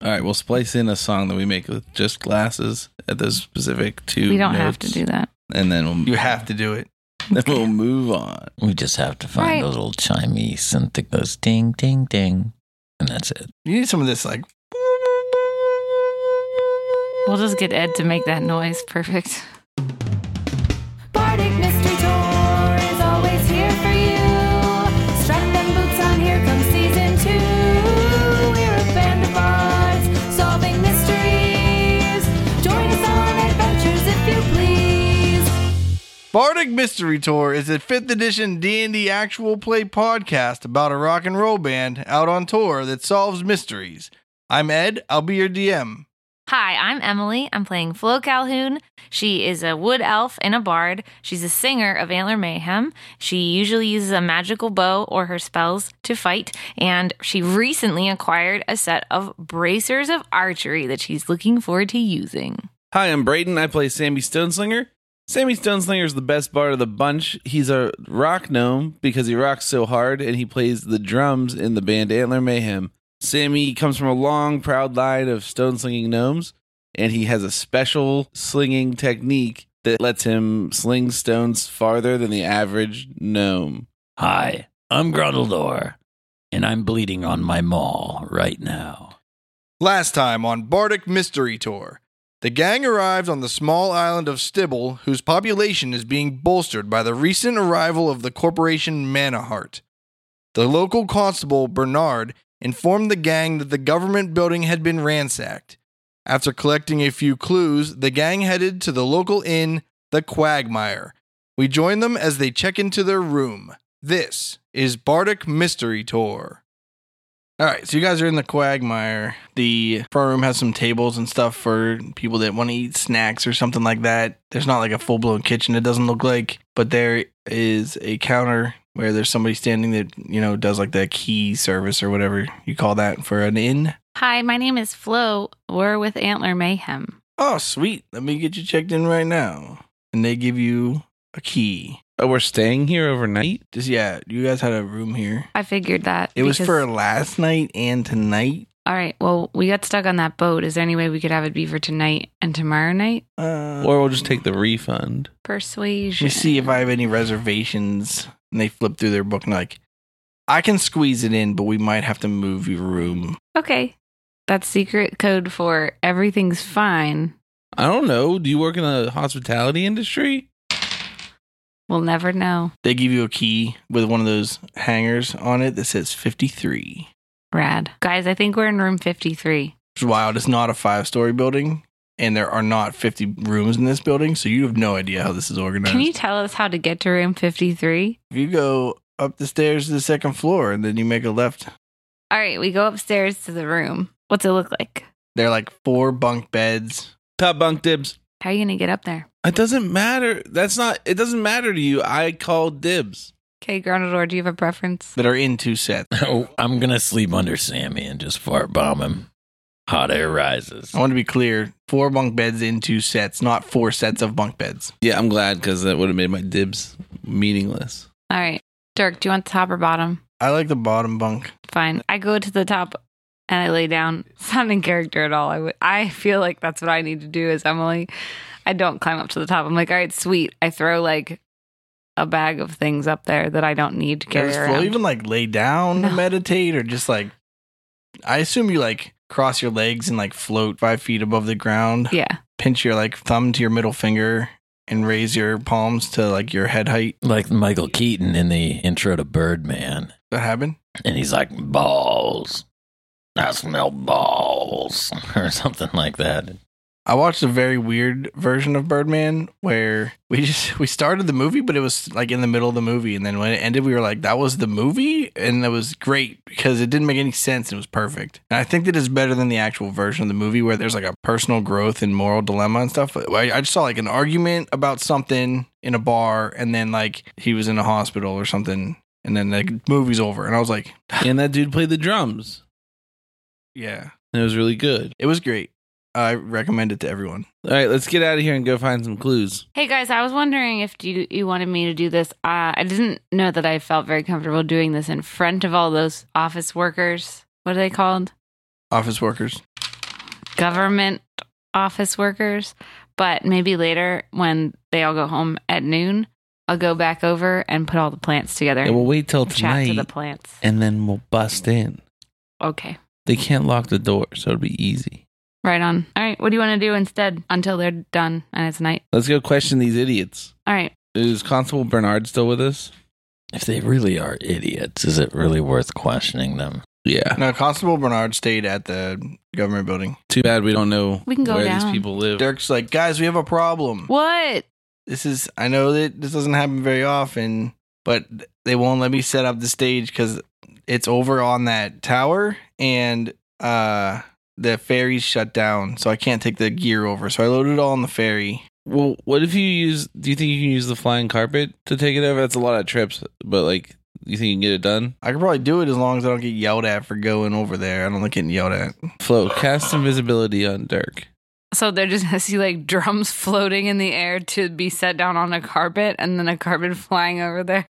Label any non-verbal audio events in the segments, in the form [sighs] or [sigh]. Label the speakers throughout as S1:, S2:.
S1: All right, we'll splice in a song that we make with just glasses at those specific two.
S2: We don't have to
S1: notes,
S2: do that.
S1: and then we'll [laughs]
S3: You have to do it.
S1: then we'll move on.
S4: We just have to find
S2: Right.
S4: those little chimey synth goes ding, ding, ding. And that's it.
S3: You need some of this, like,
S2: We'll just get Ed to make that noise. Perfect.
S5: Bardic Mystery Tour is always here for you. Strap them boots on, here comes season two. We're a band of bards solving mysteries. Join us on adventures if you please.
S3: Bardic Mystery Tour is a 5th edition D&D actual play podcast about a rock and roll band out on tour that solves mysteries. I'm Ed, I'll be your DM.
S2: Hi, I'm Emily. I'm playing Flo Calhoun. She is a wood elf and a bard. She's a singer of Antler Mayhem. She usually uses a magical bow or her spells to fight, and she recently acquired a set of bracers of archery that she's looking forward to using.
S6: Hi, I'm Braden. I play Sammy Stoneslinger. Sammy Stoneslinger is the best bard of the bunch. He's a rock gnome because he rocks so hard and he plays the drums in the band Antler Mayhem. Sammy comes from a long, proud line of stone-slinging gnomes, and he has a special slinging technique that lets him sling stones farther than the average gnome.
S4: Hi, I'm Grundledor, and I'm bleeding on my maul right now.
S3: Last time on Bardic Mystery Tour, the gang arrived on the small island of Stibble, whose population is being bolstered by the recent arrival of the corporation Manahart. The local constable, Bernard, informed the gang that the government building had been ransacked. After collecting a few clues, the gang headed to the local inn, the Quagmire. We join them as they check into their room. This is Bardic Mystery Tour. All right, so you guys are in the quagmire. The front room has some tables and stuff for people that want to eat snacks or something like that. There's not like a full blown kitchen, it doesn't look like, but there is a counter where there's somebody standing that, you know, does like the key service or whatever you call that for an inn.
S2: Hi, my name is Flo. We're with Antler Mayhem.
S3: Oh, sweet. Let me get you checked in right now. And they give you a key.
S6: Oh, we're staying here overnight?
S3: Just, yeah, you guys had a room here.
S2: I figured that.
S3: It was
S2: because-
S3: for last night and tonight.
S2: All right, well, we got stuck on that boat. Is there any way we could have it be for tonight and tomorrow night?
S3: Uh,
S1: Or we'll just take
S2: Mm.
S1: the refund.
S2: Persuasion.
S3: You see if I have any reservations. And they flip through their book and like, I can squeeze it in, but we might have to move your room.
S2: Okay. That's secret code for everything's fine.
S1: I don't know. Do you work in the hospitality industry?
S2: We'll never know.
S3: They give you a key with one of those hangers on it that says 53.
S2: Rad. Guys, I think we're in room 53.
S3: It's wild. It's not a five story building, and there are not 50 rooms in this building, so you have no idea how this is organized.
S2: Can you tell us how to get to room 53?
S3: if you go up the stairs to the second floor and then you make a left,
S2: All right, we go upstairs to the room. What's it look like?
S3: there are like four bunk beds.
S6: Top bunk dibs.
S2: How are you going to get up there?
S6: It doesn't matter. That's not, it doesn't matter to you. I called dibs.
S2: Okay, Granador, do you have a preference?
S3: That are in two sets.
S4: Oh, I'm going to sleep under Sammy and just fart bomb him. Hot air rises.
S3: I want to be clear four bunk beds in two sets, not four sets of bunk beds.
S1: Yeah, I'm glad because that would have made my dibs
S2: [sighs]
S1: meaningless.
S2: All right. Dirk, do you want the top or bottom?
S3: I like the bottom bunk.
S2: Fine. I go to the top and I lay down. It's not in character at all. I would. I feel like that's what I need to do is Emily. I don't climb up to the top. I'm like, all right, sweet. I throw like a bag of things up there that I don't need to carry
S3: Does Flo
S2: around.
S3: even like lay down to
S2: No.
S3: meditate or just like I assume you like cross your legs and like float five feet above the ground,
S2: yeah.
S3: pinch your like thumb to your middle finger and raise your palms to like your head height.
S4: Like Michael Keaton in the intro to Birdman.
S3: That happened?
S4: And he's like, balls. I smell balls. [laughs] Or something like that.
S3: I watched a very weird version of Birdman where we just [laughs] we started the movie, but it was like in the middle of the movie, and then when it ended, we were like, "That was the movie," and it was great because it didn't make any sense. It was perfect, and I think that is better than the actual version of the movie where there's like a personal growth and moral dilemma and stuff. I, I just saw like an argument about something in a bar, and then like he was in a hospital or something, and then the movie's over, and I was like,
S1: And that dude played the drums.
S3: "Yeah,
S1: And it was really good.
S3: it was great." I recommend it to everyone.
S1: All right, let's get out of here and go find some clues.
S2: Hey guys, I was wondering if you you wanted me to do this. Uh, I didn't know that I felt very comfortable doing this in front of all those office workers. What are they called?
S3: Office workers.
S2: government office workers. But maybe later when they all go home at noon, I'll go back over and put all the plants together.
S6: Yeah, we'll wait till
S2: and chat to
S6: tonight
S2: the plants.
S6: and then we'll bust in.
S2: Okay.
S6: They can't lock the door, so it'll be easy.
S2: Right on. All right. What do you want to do instead until they're done and it's night?
S6: Let's go question these idiots.
S2: All right.
S6: Is Constable Bernard still with us?
S4: If they really are idiots, is it really worth questioning them?
S6: Yeah.
S3: Now, Constable Bernard stayed at the government building.
S6: Too bad we don't know
S2: We can go
S6: where
S2: down.
S6: these people live.
S3: Derek's like, guys, we have a problem.
S2: What?
S3: This is, I know that this doesn't happen very often, but they won't let me set up the stage because it's over on that tower and uh the ferry's shut down. So I can't take the gear over. So I loaded it all on the ferry.
S6: Well, what if you use? Do you think you can use the flying carpet to take it over? That's a lot of trips, but like, you think you can get it done?
S3: I could probably do it as long as I don't get yelled at for going over there. I don't like getting yelled at.
S6: Flo, cast invisibility on Dirk.
S2: So they're just [laughs] gonna see like drums floating in the air to be set down on a carpet and then a carpet [laughs] flying over there.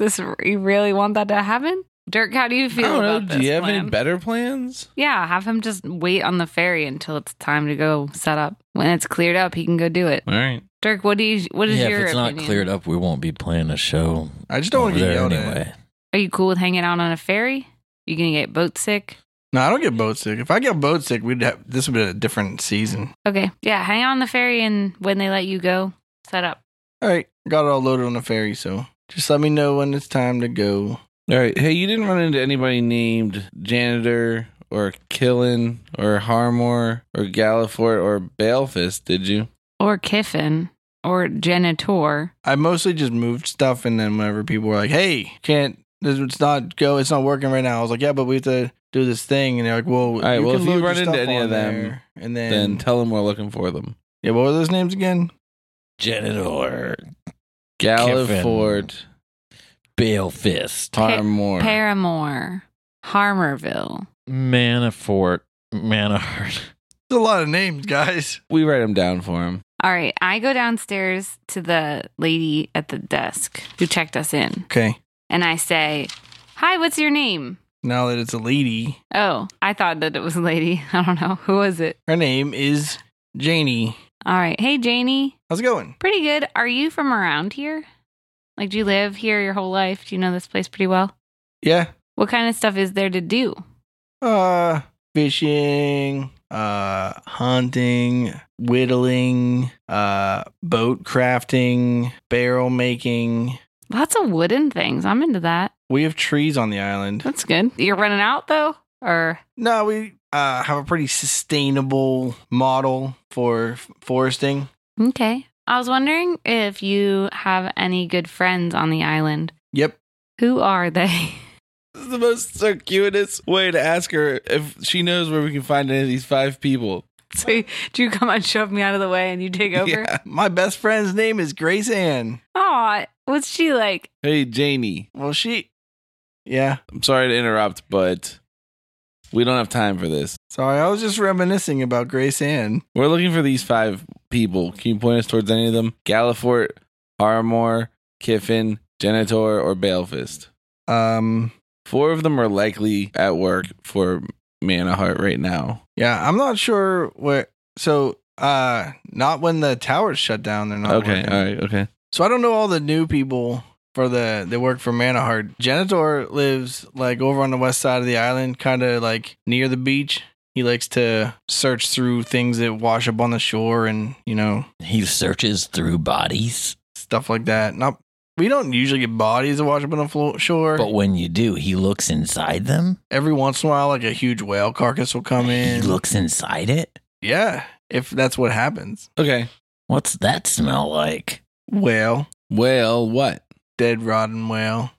S2: Is this you really want that to happen? Dirk, how do you
S6: I
S2: feel
S6: don't know.
S2: about
S6: Do
S2: this
S6: you have
S2: plan?
S6: any better plans?
S2: yeah, have him just wait on the ferry until it's time to go set up. When it's cleared up, he can go do it.
S6: All right.
S2: Dirk, what do you? What is
S4: yeah,
S2: your
S4: if it's
S2: opinion?
S4: not cleared up, we won't be playing a show.
S3: I just don't want
S4: over
S3: to get
S4: there
S3: yelled at.
S4: anyway.
S2: Are you cool with hanging out on a ferry? You gonna get boat sick?
S3: No, I don't get boat sick. If I get boat sick, we'd have this would be a different season.
S2: Okay, yeah, hang out on the ferry and when they let you go, set up.
S3: All right, got it all loaded on the ferry, so just let me know when it's time to go.
S6: All right. Hey, you didn't run into anybody named Janitor or Killen or Harmore or Gallifort or Balefist, did you?
S2: Or Kiffin or Janitor.
S3: I mostly just moved stuff, and then whenever people were like, "Hey, can't this, it's not go, it's not working right now," I was like, "Yeah, but we have to do this thing," and they're like, "Well,
S6: right, well,
S3: can
S6: if you
S3: load your
S6: run into
S3: stuff
S6: any
S3: on
S6: of them,
S3: there." and then,
S6: Then tell them we're looking for them.
S3: yeah, what were those names again?
S4: Janitor,
S6: Gallifort,
S4: Bale Fist,
S6: Harmore.
S2: Paramore, Harmerville.
S4: Manafort, Manahart.
S3: There's a lot of names, guys. [laughs]
S6: we write them down for him.
S2: All right, I go downstairs to the lady at the desk who checked us in,
S3: Okay,
S2: and I say, "Hi, what's your name?"
S3: now that it's a lady,
S2: Oh, I thought that it was a lady. [laughs] I don't know who was it.
S3: her name is Janie.
S2: All right, hey Janie,
S3: How's it going?
S2: pretty good. Are you from around here? Like, do you live here your whole life? Do you know this place pretty well?
S3: Yeah,
S2: What kind of stuff is there to do?
S3: uh, fishing, uh, hunting, whittling, uh, boat crafting, barrel making.
S2: Lots of wooden things. I'm into that.
S3: We have trees on the island.
S2: That's good. You're running out though, or
S3: No, we uh, have a pretty sustainable model for f- foresting.
S2: Okay. I was wondering if you have any good friends on the island.
S3: Yep.
S2: Who are they? [laughs]
S6: This is the most circuitous way to ask her if she knows where we can find any of these five people.
S2: so, do you come and shove me out of the way and you take [laughs]
S3: [laughs]
S2: over?
S6: Yeah.
S3: My best friend's name is Grace Ann.
S2: Aw, what's she like?
S6: Hey, Janie,
S3: Well, she. Yeah.
S6: I'm sorry to interrupt, but we don't have time for this.
S3: Sorry, I was just reminiscing about Grace Ann.
S6: We're looking for these five people. Can you point us towards any of them? Gallifort, Armor, Kiffin, Genitor, or Balefist?
S3: Um.
S6: Four of them are likely at work for Manahart right now.
S3: Yeah, I'm not sure where. So, uh, not when the towers shut down. They're not
S6: Okay,
S3: working.
S6: all right, okay.
S3: So I don't know all the new people for the that work for Manahart. Janitor lives like over on the west side of the island, kind of like near the beach. He likes to search through things that wash up on the shore and you know
S4: [laughs] He searches through bodies,
S3: stuff like that. Not we don't usually get bodies that wash up on the flo- shore.
S4: but when you do, he looks inside them.
S3: Every once in a while, like a huge whale carcass will come
S4: He
S3: in.
S4: looks inside it.
S3: yeah, if that's what happens.
S6: Okay.
S4: What's that smell like?
S3: Whale,
S6: Well, what?
S3: dead rotten whale.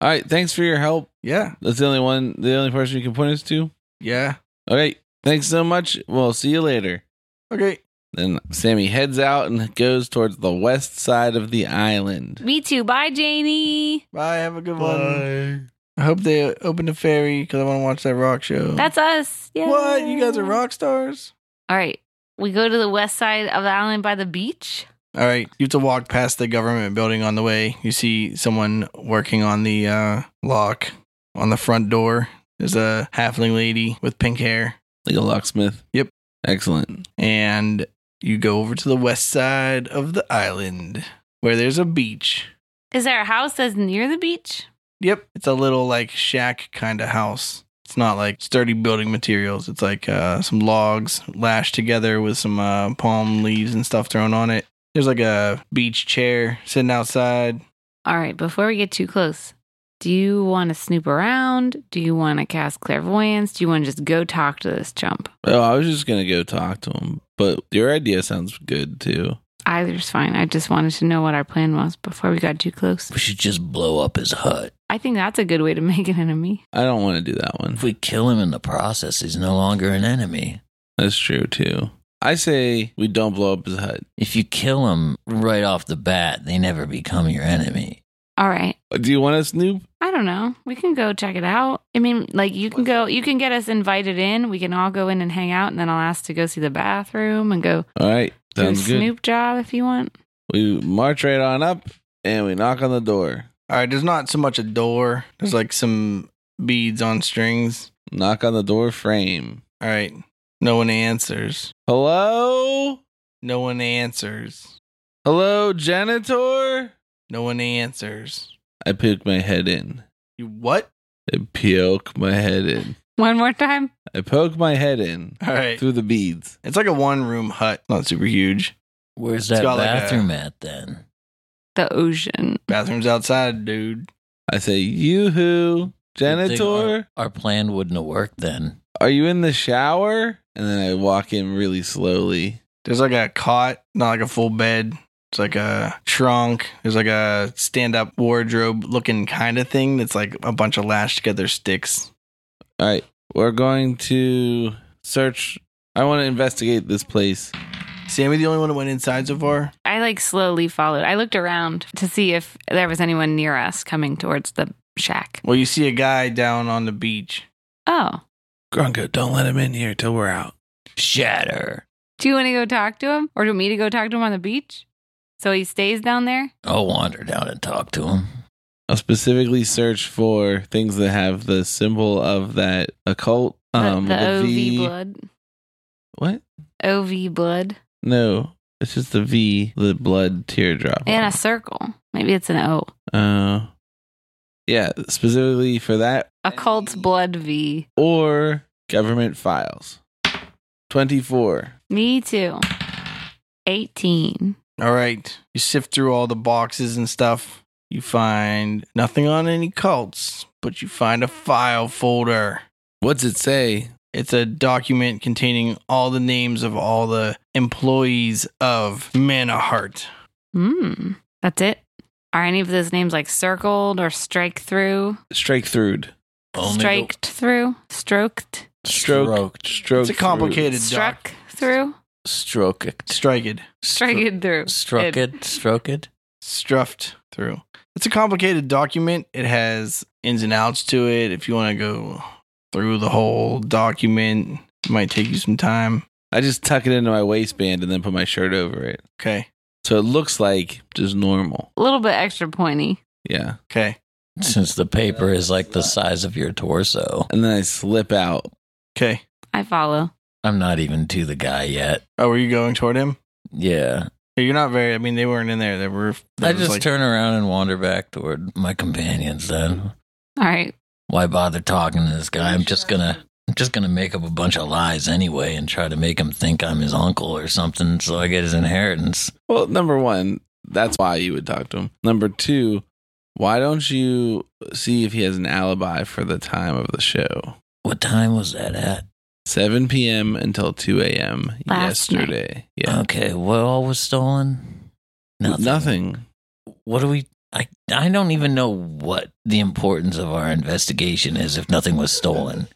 S6: All right, thanks for your help.
S3: Yeah,
S6: That's the only one, the only person you can point us to.
S3: yeah.
S6: All right. Thanks so much. We'll see you later.
S3: Okay,
S6: Then Sammy heads out and goes towards the west side of the island.
S2: Me too. Bye, Janie.
S3: bye. Have a good one. I hope they open the ferry because I want to watch that rock show.
S2: That's us. Yeah.
S3: What? You guys are rock stars?
S2: All right. We go to the west side of the island by the beach.
S3: All right. You have to walk past the government building on the way. You see someone working on the uh, lock on the front door. There's a halfling lady with pink hair.
S6: Like a locksmith. Excellent.
S3: and you go over to the west side of the island where there's a beach.
S7: Is there a house that's near the beach?
S3: Yep, it's a little like shack kind of house. It's not like sturdy building materials. It's like uh, some logs lashed together with some uh, palm leaves and stuff thrown on it. There's like a beach chair sitting outside.
S2: All right, before we get too close, do you want to snoop around? Do you want to cast clairvoyance? Do you want to just go talk to this chump?
S6: Oh, I was just gonna go talk to him, but your idea sounds good too.
S2: Either's fine. I just wanted to know what our plan was before we got too close.
S4: We should just blow up his hut.
S2: I think that's a good way to [laughs] make an enemy.
S6: I don't want to do that one.
S4: If we kill him in the process, he's no longer an enemy.
S6: That's true too. I say we don't blow up his hut.
S4: If you kill him right off the bat, they never become your enemy.
S2: All right.
S6: Do you want to snoop?
S2: I don't know. We can go check it out. I mean, like you can go, you can get us invited in. We can all go in and hang out, and then I'll ask to go see the bathroom and go
S6: All right,
S2: do a
S6: sounds good.
S2: snoop job if you want.
S6: We march right on up and we knock on the door.
S3: All right, there's not so much a door. There's like some beads on strings.
S6: Knock on the door frame.
S3: All right, no one answers.
S6: Hello?
S3: No one answers.
S6: Hello, janitor?
S3: No one answers.
S6: I poke my head in.
S3: You what?
S6: I poke my head in.
S2: One more time.
S6: I poke my head in
S3: All right.
S6: through the beads.
S3: It's like a one room hut. Not super huge.
S4: Where's
S3: It's
S4: that
S3: got like a-
S4: bathroom at then?
S2: The ocean.
S3: Bathroom's outside, dude.
S6: I say, yoo-hoo,
S4: Good thing
S6: janitor,
S4: Our, our plan wouldn't have worked then.
S6: are you in the shower? And then I walk in really slowly.
S3: There's like a cot, not like a full bed. It's like a trunk. There's like a stand up wardrobe looking kind of thing that's like a bunch of lashed together sticks.
S6: All right, we're going to search. I want to investigate this place.
S3: Sammy, the only one that went inside so far.
S2: I like slowly followed. I looked around to see if there was anyone near us coming towards the shack.
S3: Well, you see a guy down on the beach.
S2: Oh,
S1: Grunko, don't let him in here till we're out.
S4: Shatter.
S2: do you want to go talk to him, or do you want me to go talk to him on the beach? So he stays down there.
S4: I'll wander down and talk to him.
S6: I'll specifically search for things that have the symbol of that occult.
S2: The,
S6: Um,
S2: the
S6: the
S2: OV
S6: V-
S2: blood.
S6: What?
S2: OV blood.
S6: No, it's just the V, the blood teardrop.
S2: And a circle. Maybe it's an O.
S6: Uh, yeah, specifically for that
S2: Occult's blood V.
S6: or government files. 24.
S2: Me too. 18.
S3: All right. You sift through all the boxes and stuff. You find nothing on any cults, but you find a file folder.
S6: What's it say?
S3: It's a document containing all the names of all the employees of Manahart.
S2: Hmm. That's it. Are any of those names like circled or strike through?
S6: Strike through.
S2: Striked through? Stroked?
S6: Stroke.
S4: Stroked.
S6: Stroke.
S3: It's a complicated doc.
S2: Struck through?
S4: Stroke it.
S3: Strike it.
S2: Striked through.
S4: Struck it. Stroke it.
S3: Struffed through. It's a complicated document. It has ins and outs to it. If you want to go through the whole document, it might take you some time.
S6: I just tuck it into my waistband and then put my shirt over it.
S3: Okay.
S6: So it looks like just normal.
S2: A little bit extra pointy.
S6: Yeah.
S3: Okay.
S4: Since the paper is like the size of your torso.
S6: And then I slip out.
S3: Okay.
S2: I follow.
S4: I'm not even to the guy yet.
S3: Oh, were you going toward him?
S4: Yeah.
S3: You're not very. I mean, they weren't in there. They were. they
S4: I
S3: was
S4: just
S3: like-
S4: turn around and wander back toward my companions then.
S2: All right.
S4: Why bother talking to this guy? I'm just gonna I'm just gonna make up a bunch of lies anyway and try to make him think I'm his uncle or something so I get his inheritance.
S6: Well, number one, that's why you would talk to him. Number two, why don't you see if he has an alibi for the time of the show?
S4: What time was that at?
S6: 7 p.m. until 2 a.m.
S2: Last night.
S6: yesterday. Yeah.
S4: Okay, what all was stolen? Uh, Nothing.
S6: Nothing.
S4: What do we I I don't even know what the importance of our investigation is if nothing was stolen.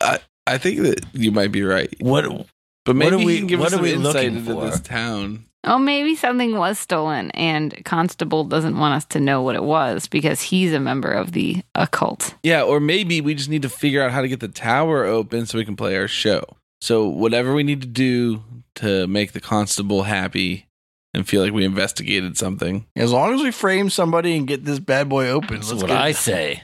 S6: I, I think that you might be right.
S4: What
S6: But
S4: What
S6: maybe
S4: are
S6: we,
S4: we-
S6: can give
S4: what
S6: us
S4: are
S6: some
S4: we
S6: insight
S4: looking
S6: into
S4: for?
S6: this town.
S2: Oh, maybe something was stolen and Constable doesn't want us to know what it was because he's a member of the occult.
S6: Yeah, or maybe we just need to figure out how to get the tower open so we can play our show. So whatever we need to do to make the constable happy and feel like we investigated something.
S3: As long as we frame somebody and get this bad boy open,
S4: That's
S3: let's
S4: what
S3: get-
S4: I say.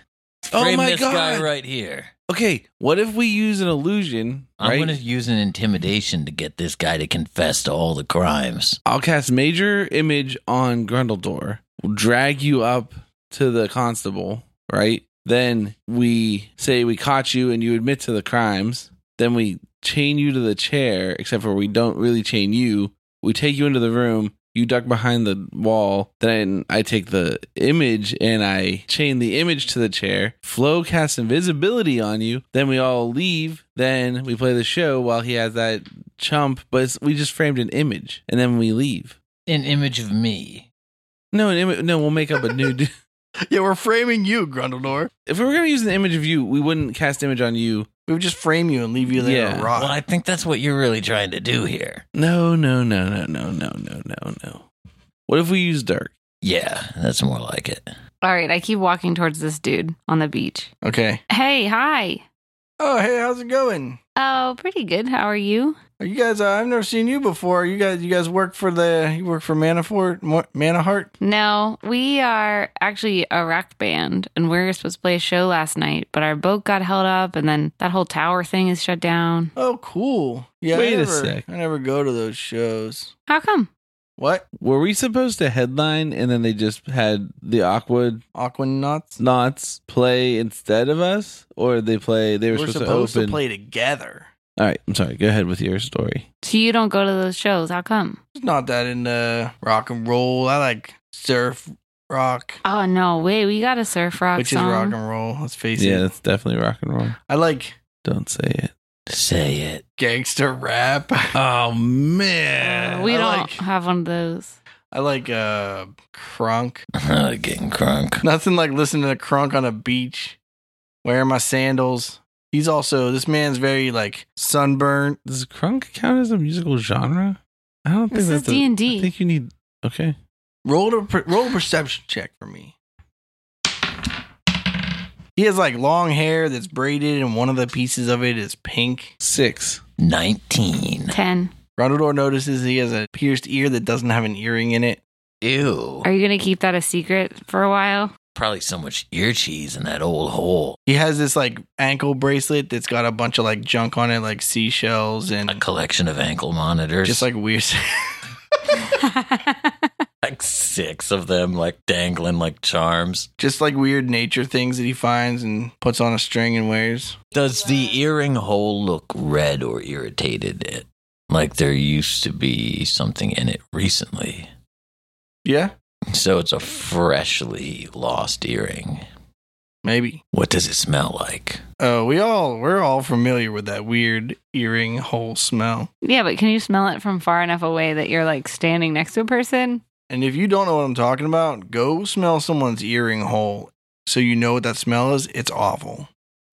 S6: Oh
S4: Frame
S6: my
S4: this guy
S6: God.
S4: right here.
S6: Okay, what if we use an illusion?
S4: I'm
S6: right?
S4: going to use an intimidation to get this guy to confess to all the crimes.
S6: I'll cast major image on Grundledor. We'll drag you up to the constable, right? Then we say we caught you and you admit to the crimes. Then we chain you to the chair, except for we don't really chain you. We take you into the room. You duck behind the wall. Then I take the image and I chain the image to the chair. Flo casts invisibility on you. Then we all leave. Then we play the show while he has that chump, but it's, we just framed an image and then we leave.
S4: An image of me.
S6: No, an ima- no, we'll make up a new. d-
S3: Yeah, we're framing you, Grundledor.
S6: if we were gonna use an image of you, we wouldn't cast image on you.
S3: We would just frame you and leave you there to
S6: Yeah.
S3: rot.
S4: Well, I think that's what you're really trying to do here.
S6: No, no, no, no, no, no, no, no, no. What if we use Dirk?
S4: Yeah, that's more like it.
S2: All right, I keep walking towards this dude on the beach.
S3: Okay.
S2: Hey, hi.
S3: Oh, hey, how's it going?
S2: Oh, pretty good. How are you?
S3: Are you guys? Uh, I've never seen you before. You guys, you guys work for the? You work for Manafort, Mo- Manahart?
S2: No, we are actually a rock band and we were supposed to play a show last night, but our boat got held up and then that whole tower thing is shut down.
S3: Oh, cool. Yeah.
S6: Wait a
S3: I never,
S6: sec.
S3: I never go to those shows.
S2: How come?
S3: What?
S6: Were we supposed to headline and then they just had the Aqua
S3: Aquanauts?
S6: Knots play instead of us, or they play? They were
S3: We're
S6: supposed,
S3: supposed
S6: to
S3: to
S6: open.
S3: play together.
S6: All right, I'm sorry. Go ahead with your story.
S2: So you don't go to those shows. How come?
S3: It's not that into rock and roll. I like surf rock,
S2: Oh, no way. We got a surf rock
S3: which
S2: song.
S3: is rock and roll. Let's face
S6: Yeah,
S3: it.
S6: that's definitely rock and roll.
S3: I like
S6: Don't say it.
S4: Say it. [laughs]
S3: gangster rap.
S6: Oh man,
S2: Uh, we
S3: I
S2: don't
S3: like-
S2: have one of those.
S3: I like uh crunk.
S4: Getting
S3: [laughs]
S4: crunk.
S3: Nothing like listening to crunk on a beach, wearing my sandals. He's also this man's very like sunburnt.
S6: Does crunk count as a musical genre? I don't think
S2: This is
S6: that's a-
S2: D&D.
S6: I think you need okay.
S3: Roll a per- roll a perception check for me. He has like long hair that's braided, and one of the pieces of it is pink.
S6: Six.
S4: 19.
S2: 10.
S3: Rondador notices he has a pierced ear that doesn't have an earring in it.
S4: Ew.
S2: Are you going to keep that a secret for a while? [laughs]
S4: Probably so much ear cheese in that old hole.
S3: He has this like ankle bracelet that's got a bunch of like junk on it, like seashells
S4: A
S3: and
S4: collection of ankle monitors.
S3: just like weird. [laughs]
S4: like six of them, like dangling like charms.
S3: just like weird nature things that he finds and puts on a string and wears.
S4: Does the earring hole look red or irritated? It like there used to be something in it recently,
S3: Yeah,
S4: so it's a freshly lost earring.
S3: maybe.
S4: What does it smell like?
S3: Uh, we all we're all familiar with that weird earring hole smell.
S2: Yeah, but can you smell it from far enough away that you're like standing next to a person?
S3: And if you don't know what I'm talking about, go smell someone's earring hole so you know what that smell is. It's awful.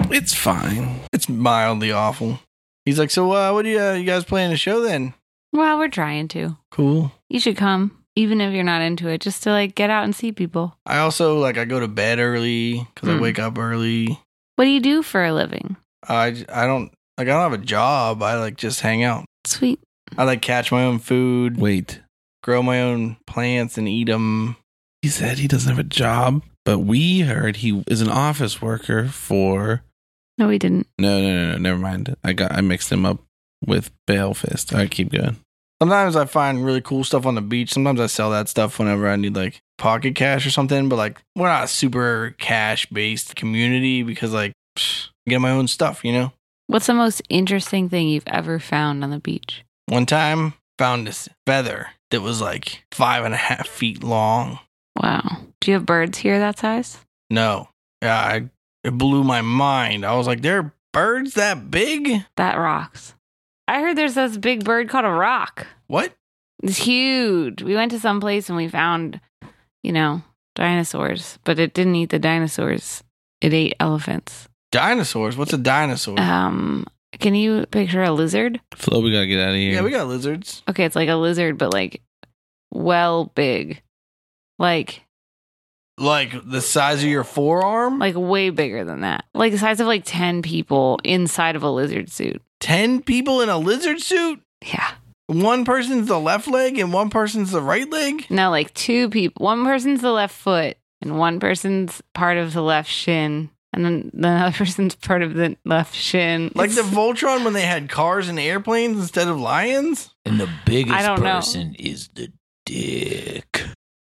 S6: It's fine.
S3: It's mildly awful. He's like, so uh, what do you uh, you guys playing a show then?
S2: Well, we're trying to.
S3: Cool.
S2: You should come, even if you're not into it, just to like get out and see people.
S3: I also like I go to bed early because I
S2: Hmm.
S3: wake up early.
S2: What do you do for a living?
S3: I j- I don't like I don't have a job. I like just hang out.
S2: Sweet.
S3: I like catch my own food.
S6: Wait.
S3: grow my own plants and eat them.
S6: He said he doesn't have a job, but we heard he is an office worker for
S2: No, we didn't.
S6: No no no no, never mind. I got I mixed him up with Balefist. All right, keep going.
S3: Sometimes I find really cool stuff on the beach. Sometimes I sell that stuff whenever I need like pocket cash or something. But like, we're not a super cash based community because like, psh, I get my own stuff, you know?
S2: What's the most interesting thing you've ever found on the beach?
S3: One time, found this feather that was like five and a half feet long.
S2: Wow. Do you have birds here that size?
S3: No, yeah, I, it blew my mind. I was like, there are birds that big?
S2: That rocks. I heard there's this big bird called a rock.
S3: What?
S2: It's huge. We went to some place and we found, you know, dinosaurs, but it didn't eat the dinosaurs. It ate elephants.
S3: Dinosaurs? What's a dinosaur?
S2: Um, can you picture a lizard?
S6: Flo, we gotta get out of here.
S3: yeah, we got lizards.
S2: Okay, it's like a lizard, but like well big, like
S3: Like the size of your forearm?
S2: like way bigger than that, like the size of like ten people inside of a lizard suit.
S3: 10 people in a lizard suit?
S2: Yeah,
S3: One person's the left leg and one person's the right leg?
S2: no, like two people. One person's the left foot, and one person's part of the left shin, and then the other [laughs] person's part of the left shin.
S3: Like
S2: It's-
S3: the Voltron when they had cars and airplanes instead of lions?
S4: And the biggest
S2: I don't know.
S4: person is the dick.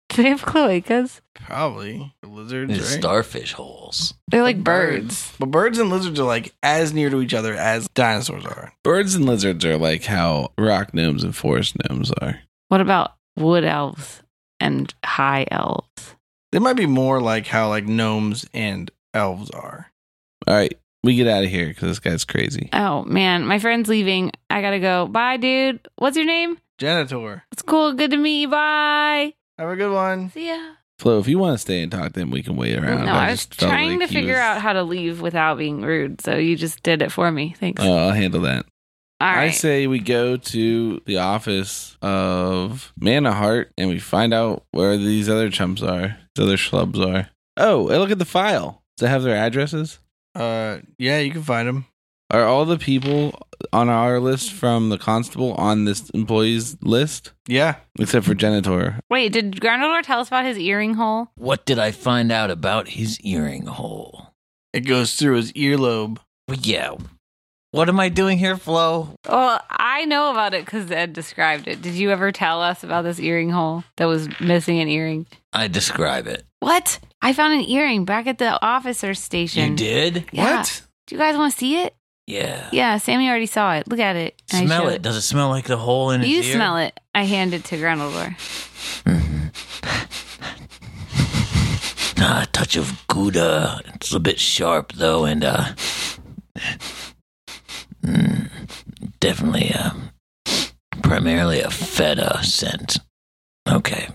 S2: do [laughs] they have cloacas.
S3: Probably. Lizards,
S4: It's
S3: right?
S4: starfish holes.
S2: They're like birds.
S3: But birds and lizards are like as near to each other as dinosaurs are.
S6: Birds and lizards are like how rock gnomes and forest gnomes are.
S2: What about wood elves and high elves?
S3: They might be more like how like gnomes and elves are.
S6: All right, we get out of here because this guy's crazy.
S2: Oh man, my friend's leaving. I gotta go. Bye, dude. What's your name?
S3: Janitor.
S2: It's cool. Good to meet you. Bye.
S3: Have a good one.
S2: See ya.
S6: Flo, if you want to stay and talk to him, we can wait around.
S2: no, I was
S6: just felt
S2: trying
S6: like
S2: to
S6: he
S2: figure
S6: was-
S2: out how to leave without being rude, so you just did it for me. Thanks.
S6: Oh, I'll handle that.
S2: All right.
S6: I say we go to the office of Manaheart and we find out where these other chumps are, these other schlubs are. Oh, and look at the file. Does it have their addresses?
S3: Uh yeah, you can find them.
S6: Are all the people on our list from the constable on this employees list?
S3: Yeah.
S6: Except for Genitor.
S2: Wait, did Granddaughter tell us about his earring hole?
S4: What did I find out about his earring hole?
S3: It goes through his earlobe.
S4: Well, yeah. What am I doing here, Flo?
S2: Well, I know about it because Ed described it. Did you ever tell us about this earring hole that was missing an earring?
S4: I describe it.
S2: What? I found an earring back at the officer's station.
S4: You did?
S2: Yeah.
S3: What?
S2: Do you guys want to see it?
S4: Yeah.
S2: Yeah, Sammy already saw it. Look at it. I
S4: Smell
S2: showed
S4: it. Does it smell like the hole in his
S2: You
S4: ear?
S2: smell it. I hand it to Granddaughter.
S4: Ah, a touch of gouda. It's a bit sharp though, and uh, mm, definitely uh, primarily a feta scent. Okay,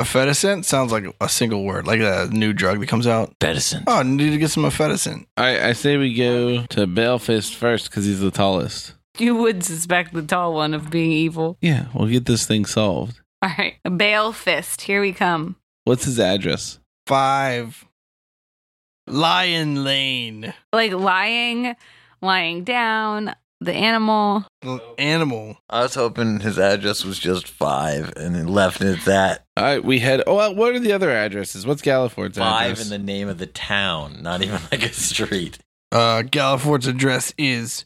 S3: Afetascent sounds like a single word, like a new drug that comes out.
S4: feta scent.
S3: Oh, I need to get some afetascent.
S6: I, I say we go to Belfast first because he's the tallest.
S2: You would suspect the tall one of being evil.
S6: Yeah, we'll get this thing solved.
S2: All right. A bale fist. Here we come.
S6: What's his address?
S3: Five. Lion Lane.
S2: Like lying, lying down, the animal.
S3: L- Animal.
S8: I was hoping his address was just five and then left it at that.
S6: All right, we head. Oh, well, what are the other addresses? What's Galliford's
S4: Five
S6: address?
S4: in the name of the town, not even like a street.
S3: Uh, Galliford's address is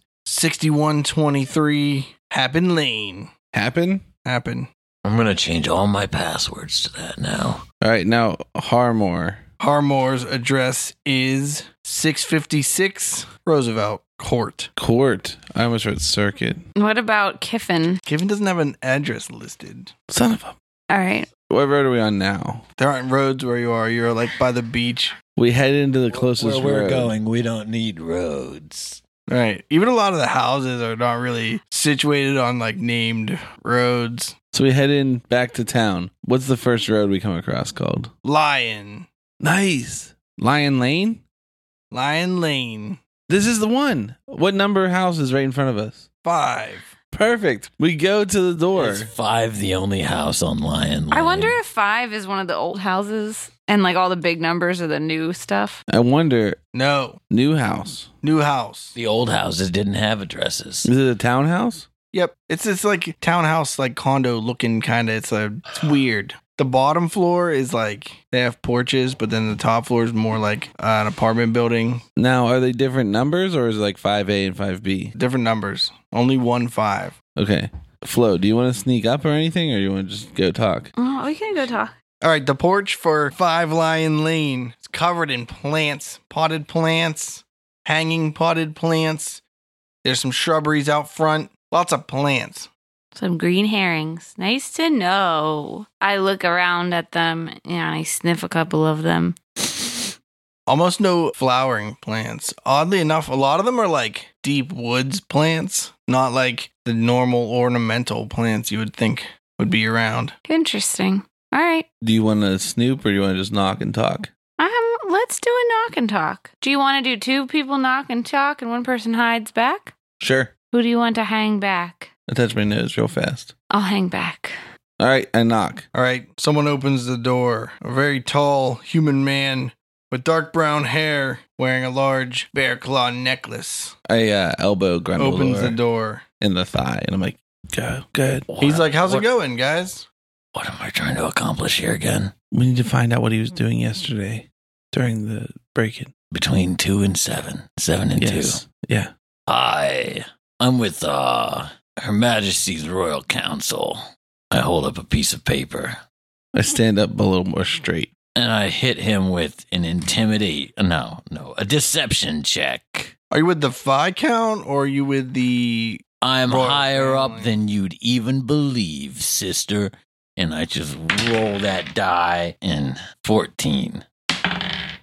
S3: 6123 Happen Lane.
S6: Happen?
S3: Happen.
S4: I'm gonna change all my passwords to that now.
S6: All right, now Harmore.
S3: Harmore's address is 656 Roosevelt Court.
S6: Court. I almost wrote circuit.
S2: What about Kiffin?
S3: Kevin doesn't have an address listed.
S6: Son of a.
S2: All right.
S6: What road are we on now?
S3: There aren't roads where you are. You're like by the beach.
S6: We head into the closest
S4: Where we're
S6: road.
S4: going, we don't need roads.
S3: Right. Even a lot of the houses are not really situated on like named roads.
S6: So we head in back to town. What's the first road we come across called?
S3: Lion.
S6: Nice. Lion Lane?
S3: Lion Lane.
S6: This is the one. What number house is right in front of us?
S3: Five.
S6: Perfect. We go to the door.
S4: Is five the only house on Lion?
S2: I
S4: Lane?
S2: wonder if five is one of the old houses and like all the big numbers are the new stuff.
S6: I wonder,
S3: No.
S6: new house.
S3: New house.
S4: the old houses didn't have addresses.
S6: Is it a townhouse?
S3: Yep. It's it's like townhouse like condo looking kind of. It's a it's weird. The bottom floor is like they have porches, but then the top floor is more like uh, an apartment building.
S6: Now, are they different numbers or is it like 5A and 5B?
S3: Different numbers. Only one five.
S6: Okay. Flo, do you want to sneak up or anything or you want to just go talk?
S2: Oh, we can go talk.
S3: All right, the porch for Five Lion Lane. It's covered in plants, potted plants, hanging potted plants. There's some shrubberies out front. Lots of plants.
S2: Some green herrings. Nice to know. I look around at them and I sniff a couple of them.
S3: Almost no flowering plants. Oddly enough, a lot of them are like deep woods plants, not like the normal ornamental plants you would think would be around.
S2: Interesting. All right.
S6: Do you want to snoop or do you want to just knock and talk?
S2: Um, let's do a knock and talk. Do you want to do two people knock and talk and one person hides back?
S6: Sure.
S2: Who do you want to hang back?
S6: I touch my nose real fast.
S2: I'll hang back.
S6: All right, I knock.
S3: All right, someone opens the door. A very tall human man with dark brown hair wearing a large bear claw necklace
S6: I uh, elbow Grundle
S3: opens the door.
S6: in the thigh, and I'm like, "Go, good."
S3: He's like, How's
S4: what,
S3: it going, guys?
S4: What am I trying to accomplish here again?
S6: We need to find out what he was doing yesterday during the break-in.
S4: between two and seven, seven and two.
S1: Yes. Yeah.
S4: Hi, I'm with uh, Her Majesty's Royal Council. I hold up a piece of paper
S1: I stand up a little more straight.
S4: and I hit him with an intimidate. No, no, a deception check.
S3: Are you with the Viscount or are you with the.
S4: I'm
S3: Royal
S4: higher up
S3: family.
S4: than you'd even believe, sister. And I just roll that die in 14.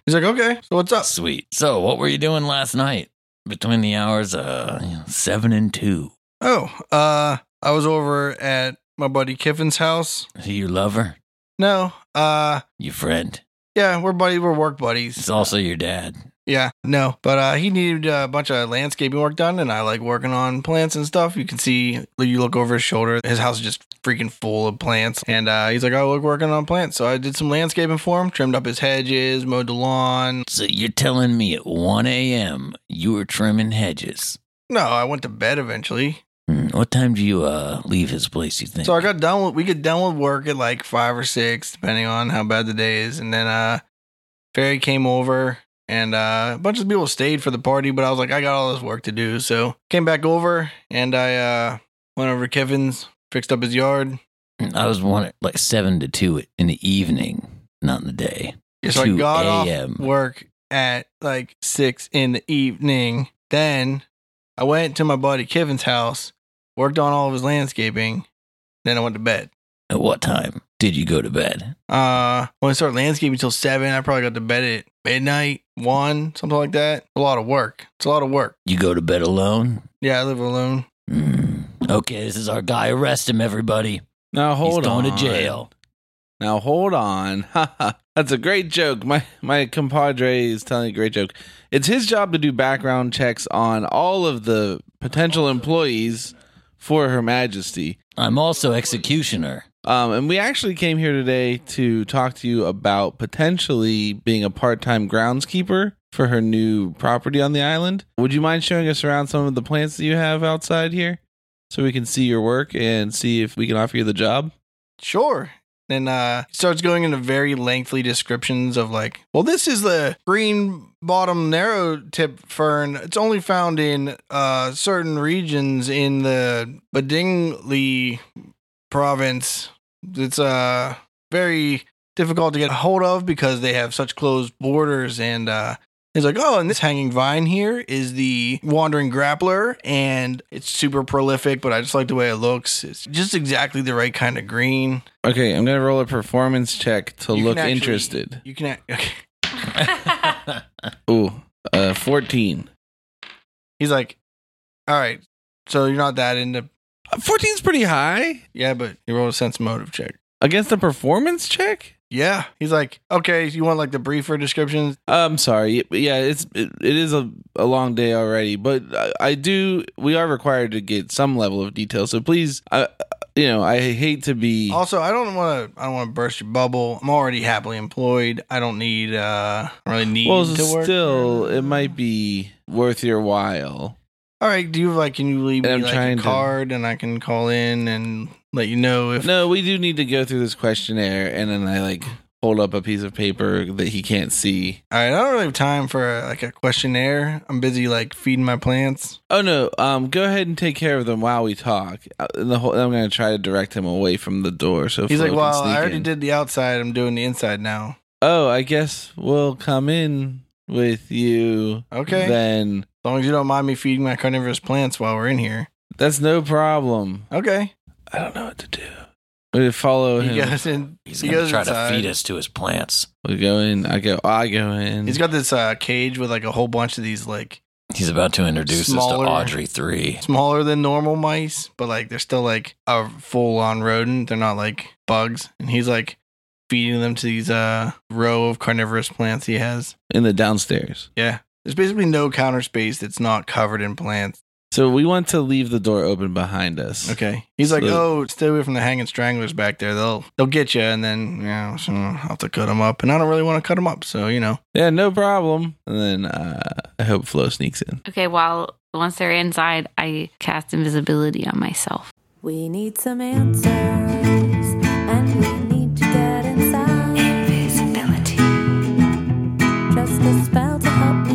S3: He's like, okay, so what's up?
S4: Sweet. So, what were you doing last night between the hours of you know, 7 and 2?
S3: Oh, uh, I was over at my buddy Kiffin's house.
S4: Is he your lover?
S3: No, uh,
S4: Your friend?
S3: yeah, we're buddy, we're work buddies.
S4: He's also your dad.
S3: Yeah, no, but uh, he needed a bunch of landscaping work done, and I like working on plants and stuff. You can see, you look over his shoulder, his house is just freaking full of plants. And uh, he's like, I look working on plants. So I did some landscaping for him, trimmed up his hedges, mowed the lawn.
S4: So, you're telling me at 1 a.m. you were trimming hedges?
S3: No, I went to bed eventually.
S4: Hmm, What time do you uh, leave his place, you think?
S3: So I got done with, we get done with work at like five or six, depending on how bad the day is. And then, uh, Ferry came over and, uh, a bunch of people stayed for the party, but I was like, I got all this work to do. So came back over and I, uh, went over to Kevin's, fixed up his yard.
S4: Hmm, I was wondering, like 7 to 2 in the evening, not in the day.
S3: Yeah, so I
S4: 2
S3: got
S4: a.m..
S3: off work at like six in the evening. Then I went to my buddy Kevin's house, worked on all of his landscaping. Then I went to bed.
S4: At what time did you go to bed?
S3: Uh, when I started landscaping till seven, I probably got to bed at midnight, one, something like that. A lot of work. It's a lot of work.
S4: You go to bed alone?
S3: Yeah, I live alone.
S4: Mm. Okay, this is our guy. Arrest him, everybody.
S6: Now hold
S4: He's going
S6: on.
S4: to jail.
S6: Now hold on. [laughs] That's a great joke. My my compadre is telling a great joke. It's his job to do background checks on all of the potential employees for Her Majesty.
S4: I'm also executioner.
S6: Um, and we actually came here today to talk to you about potentially being a part-time groundskeeper for her new property on the island. Would you mind showing us around some of the plants that you have outside here, so we can see your work and see if we can offer you the job?
S3: Sure. Then uh he starts going into very lengthy descriptions of like, well, this is the green bottom narrow tip fern. It's only found in uh certain regions in the Badingli province. It's uh very difficult to get a hold of because they have such closed borders and uh He's like, oh, and this hanging vine here is the wandering grappler, and it's super prolific, but I just like the way it looks. It's just exactly the right kind of green.
S6: Okay, I'm gonna roll a performance check to
S3: You
S6: look
S3: can actually-
S6: interested.
S3: You can. act- [laughs] Okay.
S6: Ooh, uh, 14.
S3: He's like, all right, so you're not that into.
S6: 14 is Uh, pretty high
S3: Yeah, but you rolled a sense motive check.
S6: against a performance check.
S3: Yeah, he's like, okay, you want like the briefer descriptions?
S6: I'm sorry. Yeah, it's it, it is a, a long day already, but I, I do. We are required to get some level of detail, so please, uh, you know, I hate to be.
S3: Also, I don't want to. I don't want to burst your bubble. I'm already happily employed. I don't need. uh I don't really need
S6: Well,
S3: to work.
S6: still, it might be worth your while.
S3: All right, do you like? Can you leave
S6: And
S3: me
S6: I'm
S3: like
S6: trying
S3: a
S6: to-
S3: card, and I can call in and let you know if.
S6: No, we do need to go through this questionnaire, and then I like hold up a piece of paper that he can't see.
S3: All right, I don't really have time for uh like a questionnaire. I'm busy like feeding my plants.
S6: Oh no! Um, go ahead and take care of them while we talk. Uh, And the whole, I'm going to try to direct him away from the door. So
S3: He's
S6: Flo
S3: like,
S6: can
S3: well,
S6: sneak
S3: I already
S6: in."
S3: did the outside. I'm doing the inside now.
S6: Oh, I guess we'll come in with you.
S3: Okay.
S6: Then
S3: As long as you don't mind me feeding my carnivorous plants while we're in here.
S6: that's no problem.
S3: Okay.
S6: I don't know what to do. We follow
S3: He
S6: him.
S3: goes in.
S4: He's
S3: he
S4: going to
S3: goes
S4: try
S3: inside.
S4: to feed us to his plants.
S6: we go in. I go. I go in.
S3: He's got this uh, cage with like a whole bunch of these like
S4: He's about to introduce
S3: Smaller.
S4: us to Audrey 3.
S3: smaller than normal mice, but like they're still like a full on rodent. They're not like bugs. And he's like feeding them to these uh row of carnivorous plants he has.
S6: in the downstairs.
S3: Yeah. There's basically no counter space that's not covered in plants.
S6: So we want to leave the door open behind us.
S3: Okay. He's like,
S6: So-
S3: oh, stay away from the hanging stranglers back there. They'll they'll get you, and then yeah, so I'll have to cut them up, and I don't really want to cut them up, so you know.
S6: Yeah, no problem. And then uh, I hope Flo sneaks in.
S2: Okay, well, once they're inside, I cast invisibility on myself.
S5: We need some answers, and we need to get inside. Invisibility. Just a spell to help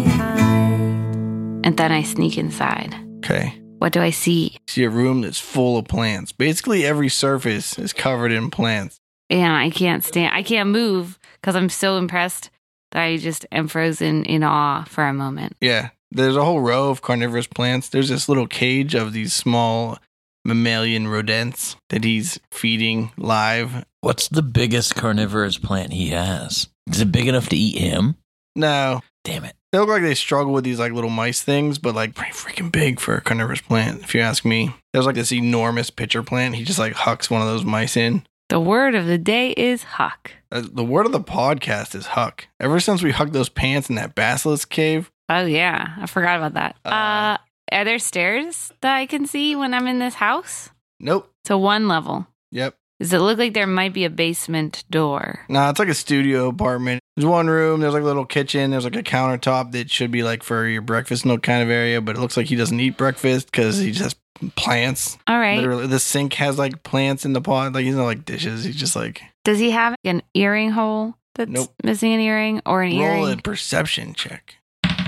S2: and then I sneak inside.
S3: Okay.
S2: What do I see?
S3: See a room that's full of plants. Basically, every surface is covered in plants.
S2: And I can't stand, I can't move because I'm so impressed that I just am frozen in awe for a moment.
S3: Yeah. There's a whole row of carnivorous plants. There's this little cage of these small mammalian rodents that he's feeding live.
S4: What's the biggest carnivorous plant he has? Is it big enough to eat him?
S3: No,
S4: Damn it.
S3: they look like they struggle with these like little mice things, but like pretty freaking big for a carnivorous plant, if you ask me. There's like this enormous pitcher plant. He just like hucks one of those mice in.
S2: The word of the day is huck.
S3: Uh, The word of the podcast is huck. Ever since we hucked those pants in that basilisk cave,
S2: Oh, yeah. I forgot about that. Uh,
S3: Uh.
S2: are there stairs that I can see when I'm in this house?
S3: nope.
S2: So one level.
S3: Yep.
S2: Does it look like there might be a basement door?
S3: Nah, it's like a studio apartment. There's one room, there's like a little kitchen, there's like a countertop that should be like for your breakfast nook kind of area, but it looks like he doesn't eat breakfast because he just has plants.
S2: All right.
S3: Literally, the sink has like plants in the pot. Like, he's not like dishes. He's just like,
S2: Does he have an earring hole that's
S3: Nope.
S2: missing an earring or an
S3: roll a
S2: earring?
S3: perception check.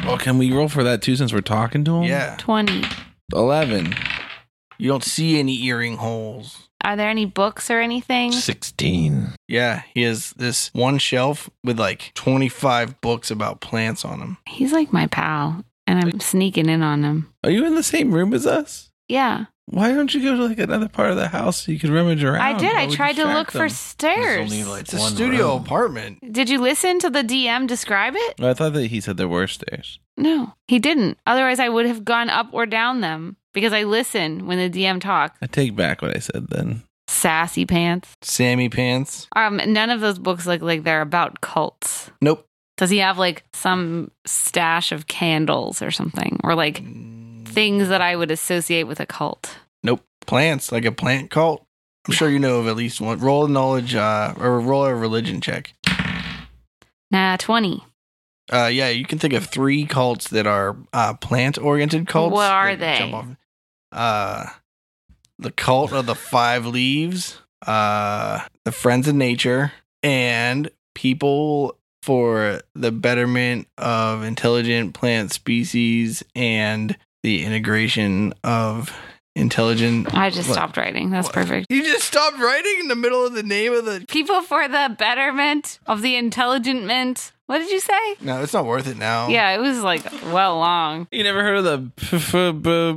S6: Well, Oh, can we roll for that too since we're talking to him?
S3: Yeah.
S2: 20.
S6: 11.
S3: You don't see any earring holes.
S2: Are there any books or anything?
S4: 16.
S3: Yeah, he has this one shelf with like 25 books about plants on them.
S2: He's like my pal, and I'm sneaking in on him.
S6: Are you in the same room as us?
S2: Yeah.
S6: Why don't you go to like another part of the house so you can rummage around?
S2: I did.
S6: That
S2: I
S6: would
S2: tried to
S6: distract
S2: look for
S6: them.
S2: stairs.
S4: There's only, like,
S3: It's a
S4: one
S3: studio
S4: room.
S3: apartment.
S2: Did you listen to the DM describe it?
S6: Well, I thought that he said there were stairs.
S2: No, he didn't. Otherwise, I would have gone up or down them because I listen when the DM talked.
S6: I take back what I said then.
S2: Sassy pants.
S3: Sammy pants.
S2: Um, none of those books look like they're about cults.
S3: Nope.
S2: Does he have like some stash of candles or something, or like things that I would associate with a cult?
S3: Nope. Plants, like a plant cult. I'm sure you know of at least one. Roll a knowledge uh, or roll a religion check.
S2: Nah, twenty.
S3: Uh, yeah, you can think of three cults that are uh, plant oriented cults.
S2: What are
S3: that
S2: they?
S3: jump off- Uh, the cult of the five leaves, uh, the friends of nature, and people for the betterment of intelligent plant species and the integration of intelligent.
S2: I just
S3: What?
S2: stopped writing. That's
S3: What?
S2: perfect.
S3: You just stopped writing in the middle of the name of the.
S2: People for the betterment of the intelligentment. What did you say?
S3: No, it's not worth it now.
S2: Yeah, it was like well long. [laughs]
S6: You never heard of the. [laughs] p- f- b-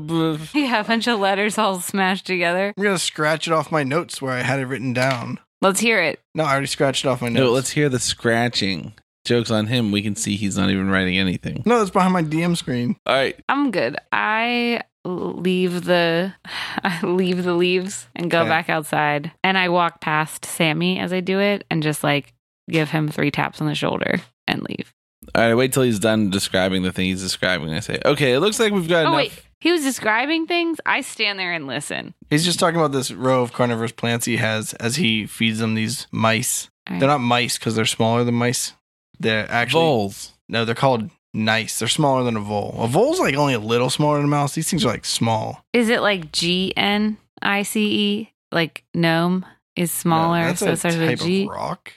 S6: b-
S2: Yeah, a bunch of letters all smashed together.
S3: I'm gonna scratch it off my notes where I had it written down.
S2: Let's hear it.
S3: No, I already scratched it off my notes.
S6: No, let's hear the scratching. Joke's on him. We can see he's not even writing anything.
S3: No, it's behind my DM screen.
S6: All right.
S2: I'm good. I leave the [sighs] I leave the leaves and go
S3: Okay.
S2: back outside. And I walk past Sammy as I do it and just like give him three taps on the shoulder and leave.
S6: All right. Wait till he's done describing the thing he's describing. I say, okay, it looks like we've got
S2: Oh
S6: enough.
S2: wait, he was describing things. I stand there and listen.
S3: He's just talking about this row of carnivorous plants he has as he feeds them these mice.
S2: All
S3: They're
S2: right.
S3: not mice because they're smaller than mice. They're actually
S6: Voles.
S3: no, they're called nice. They're smaller than a vole. A vole's like only a little smaller than a mouse. These things are like small.
S2: Is it like G N I C E? Like gnome is
S3: No,
S2: smaller,
S3: that's
S2: so
S3: a
S2: it starts with
S3: type
S2: G.
S3: of rock.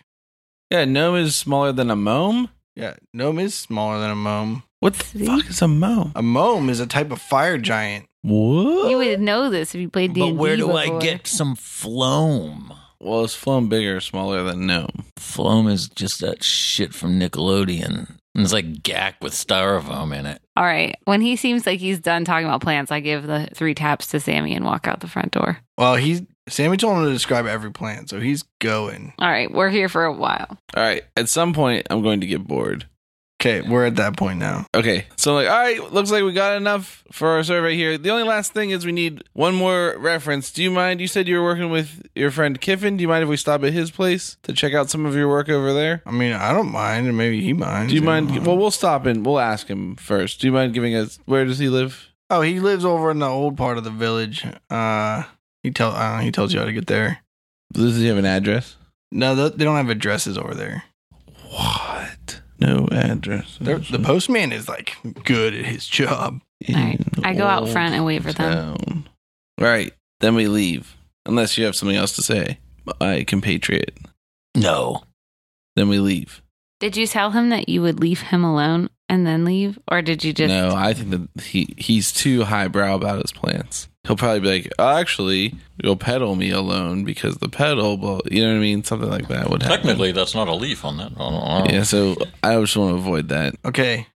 S6: Yeah, gnome is smaller than a mome.
S3: Yeah, gnome is smaller than a mome.
S6: What the
S2: See?
S6: fuck is a mome?
S3: A mome is a type of fire giant.
S6: What?
S2: You would know this if you played D
S4: But
S2: and D.
S4: where do I get some phloem?
S6: well, is phloem bigger or smaller than gnome?
S4: Phloem is just that shit from Nickelodeon. It's like gack with styrofoam in it.
S2: All right. When he seems like he's done talking about plants, I give the three taps to Sammy and walk out the front door.
S3: Well, he's Sammy told him to describe every plant, so he's going.
S2: All right, we're here for a while.
S6: All right. At some point, I'm going to get bored.
S3: Okay, we're at that point now.
S6: Okay. So, like, all right, looks like we got enough for our survey here. The only last thing is we need one more reference. Do you mind? You said you were working with your friend Kiffin. Do you mind if we stop at his place to check out some of your work over there?
S3: I mean, I don't mind, and maybe he minds.
S6: Do you
S3: I don't
S6: mind? Well, we'll stop and we'll ask him first. Do you mind giving us where does he live?
S3: Oh, he lives over in the old part of the village. Uh, he tell uh, he tells you how to get there.
S6: Does he have an address?
S3: No, th- they don't have addresses over there.
S6: What? No address.
S3: They're- The postman is like good at his job.
S2: All right. I go out front and wait for them.
S6: Town. Right. Then we leave. Unless you have something else to say, my compatriot.
S4: No.
S6: Then we leave.
S2: Did you tell him that you would leave him alone and then leave, or did you just?
S6: no, I think that he he's too highbrow about his plans. He'll probably be like, actually, you'll pedal me alone because the pedal, blah, you know what I mean? Something like that would happen.
S4: Technically, uh-huh. that's not a leaf on that. I don't- I don't-
S6: Yeah, so I just want to avoid that.
S3: Okay.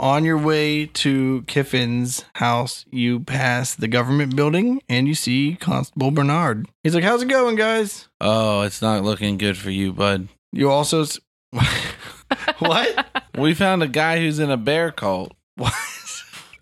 S3: On your way to Kiffin's house, you pass the government building and you see Constable Bernard. He's like, How's it going, guys?
S6: Oh, it's not looking good for you, bud.
S3: You also. S- [laughs] what?
S6: We found a guy who's in a bear cult.
S3: What?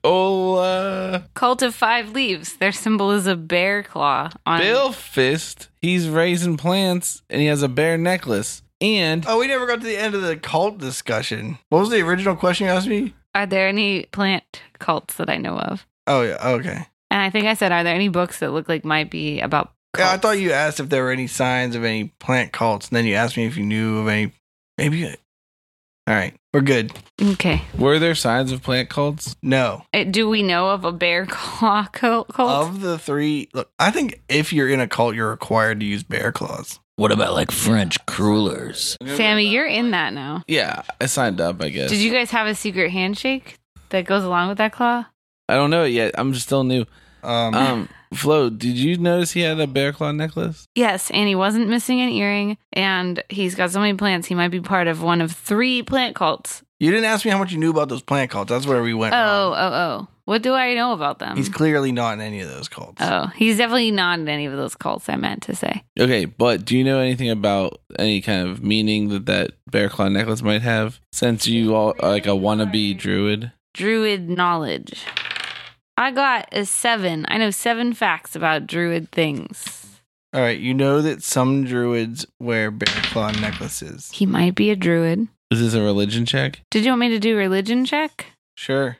S6: Oh, uh,
S2: Cult of Five Leaves. Their symbol is a bear claw. On
S6: Bill Fist. He's raising plants and he has a bear necklace. And
S3: Oh, we never got to the end of the cult discussion. What was the original question you asked me?
S2: Are there any plant cults that I know of?
S3: Oh, yeah. Okay.
S2: And I think I said, are there any books that look like might be about?
S3: Yeah, I
S2: cults?
S3: thought you asked if there were any signs of any plant cults, and then you asked me if you knew of any. Maybe. All right. We're good.
S2: Okay.
S6: were there signs of plant cults?
S3: No.
S2: Uh, Do we know of a bear [laughs] claw cult? cult?
S3: Of the three, look, I think if you're in a cult, you're required to use bear claws.
S4: What about like French crullers?
S2: Sammy, you're in that now.
S6: Yeah, I signed up, I guess.
S2: Did you guys have a secret handshake that goes along with that claw?
S6: I don't know it yet. I'm still new.
S3: Um,
S2: Oh.
S6: Um, Flo, did you notice he had a bear claw necklace?
S2: Yes, and he wasn't missing an earring, and he's got so many plants. He might be part of one of three plant cults.
S3: you didn't ask me how much you knew about those plant cults. That's where we went.
S2: Oh, um,
S3: wrong.
S2: oh, oh! What do I know about them?
S3: he's clearly not in any of those cults.
S2: oh, he's definitely not in any of those cults. I meant to say.
S6: Okay, but do you know anything about any kind of meaning that that bear claw necklace might have? Since you all are like a wannabe druid.
S2: druid knowledge. I got a seven. I know seven facts about druid things.
S3: All right, you know that some druids wear bear claw necklaces.
S2: He might be a druid.
S6: Is this a religion check?
S2: Did you want me to do religion check?
S3: Sure.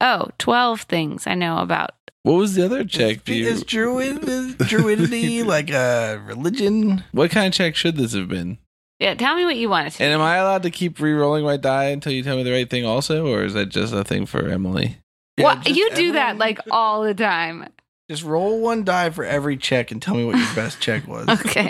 S2: Oh, 12 things I know about.
S6: What was the other check? Do you-
S3: Is druid is
S6: [laughs]
S3: druidity like a religion?
S6: what kind of check should this have been?
S2: Yeah, tell me what you want to.
S6: And am I allowed to keep re-rolling my die until you tell me the right thing, also, or is that just a thing for Emily?
S2: well,
S3: Yeah, just
S2: you do
S3: every-
S2: that like all the time.
S3: Just roll one die for every check and tell
S2: [laughs]
S3: me what your best check was.
S2: Okay.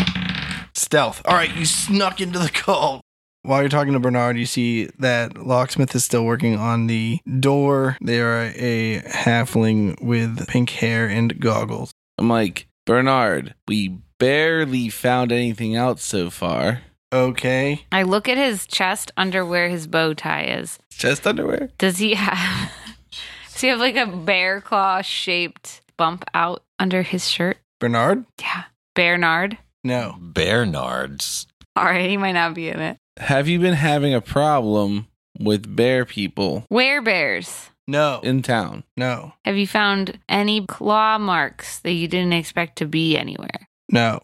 S3: Stealth. All right, you snuck into the cult. While you're talking to Bernard, you see that locksmith is still working on the door. They are a halfling with pink hair and goggles.
S6: I'm like Bernard. We barely found anything out so far.
S3: Okay.
S2: I look at his chest under where his bow tie is.
S6: Chest underwear.
S2: Does he have [laughs] Does he have like a bear claw shaped bump out under his shirt?
S3: Bernard?
S2: Yeah. Bernard.
S3: No.
S4: Bernards.
S2: All right, he might not be in it.
S6: Have you been having a problem with bear people
S2: Werebears.
S3: No.
S6: in town?
S3: No.
S2: Have you found any claw marks that you didn't expect to be anywhere?
S3: No.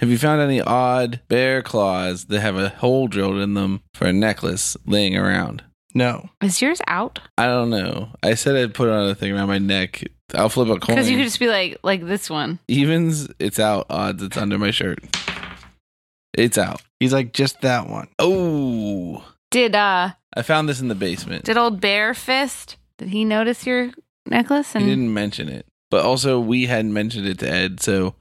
S6: Have you found any odd bear claws that have a hole drilled in them for a necklace laying around?
S3: No.
S2: Is yours out?
S6: I don't know. I said I'd put another thing around my neck. I'll flip a coin.
S2: Because you could just be like, like this one.
S6: Evens, it's out. Odds, it's under my shirt. It's out.
S3: He's like, just that one.
S6: Oh,
S2: Did uh,
S6: I found this in the basement.
S2: did old Bear Fist? Did he notice your necklace?
S6: He
S2: And
S6: didn't mention it, but also we hadn't mentioned it to Ed, so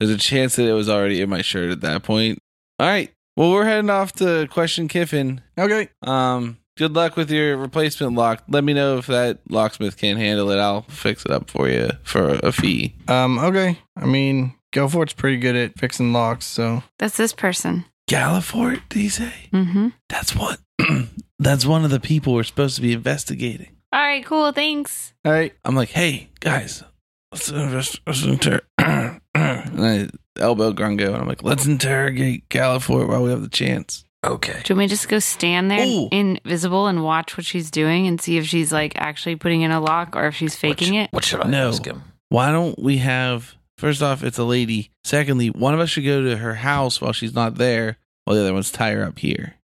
S6: there's a chance that it was already in my shirt at that point. All right. Well, we're heading off to question Kiffin.
S3: Okay.
S6: Um, good luck with your replacement lock. Let me know if that locksmith can't handle it. I'll fix it up for you for a fee.
S3: Um, okay. I mean, Gelfort's pretty good at fixing locks, so
S2: that's this person.
S6: Gallifort, did he say?
S2: Mm-hmm.
S6: That's one. [clears throat] that's one of the people we're supposed to be investigating.
S2: All right, cool. Thanks.
S3: all right.
S6: I'm like, hey guys, let's invest, let's inter- [clears throat] and I elbow Grungo, and I'm like, let's interrogate Gallifort while we have the chance.
S4: Okay.
S2: Do we just go stand there
S6: Ooh.
S2: invisible and watch what she's doing and see if she's like actually putting in a lock or if she's faking
S4: what,
S2: it?
S4: What should I
S6: No.
S4: ask him?
S6: Why don't we have? First off, it's a lady. Secondly, one of us should go to her house while she's not there, while the other one's tie her up here.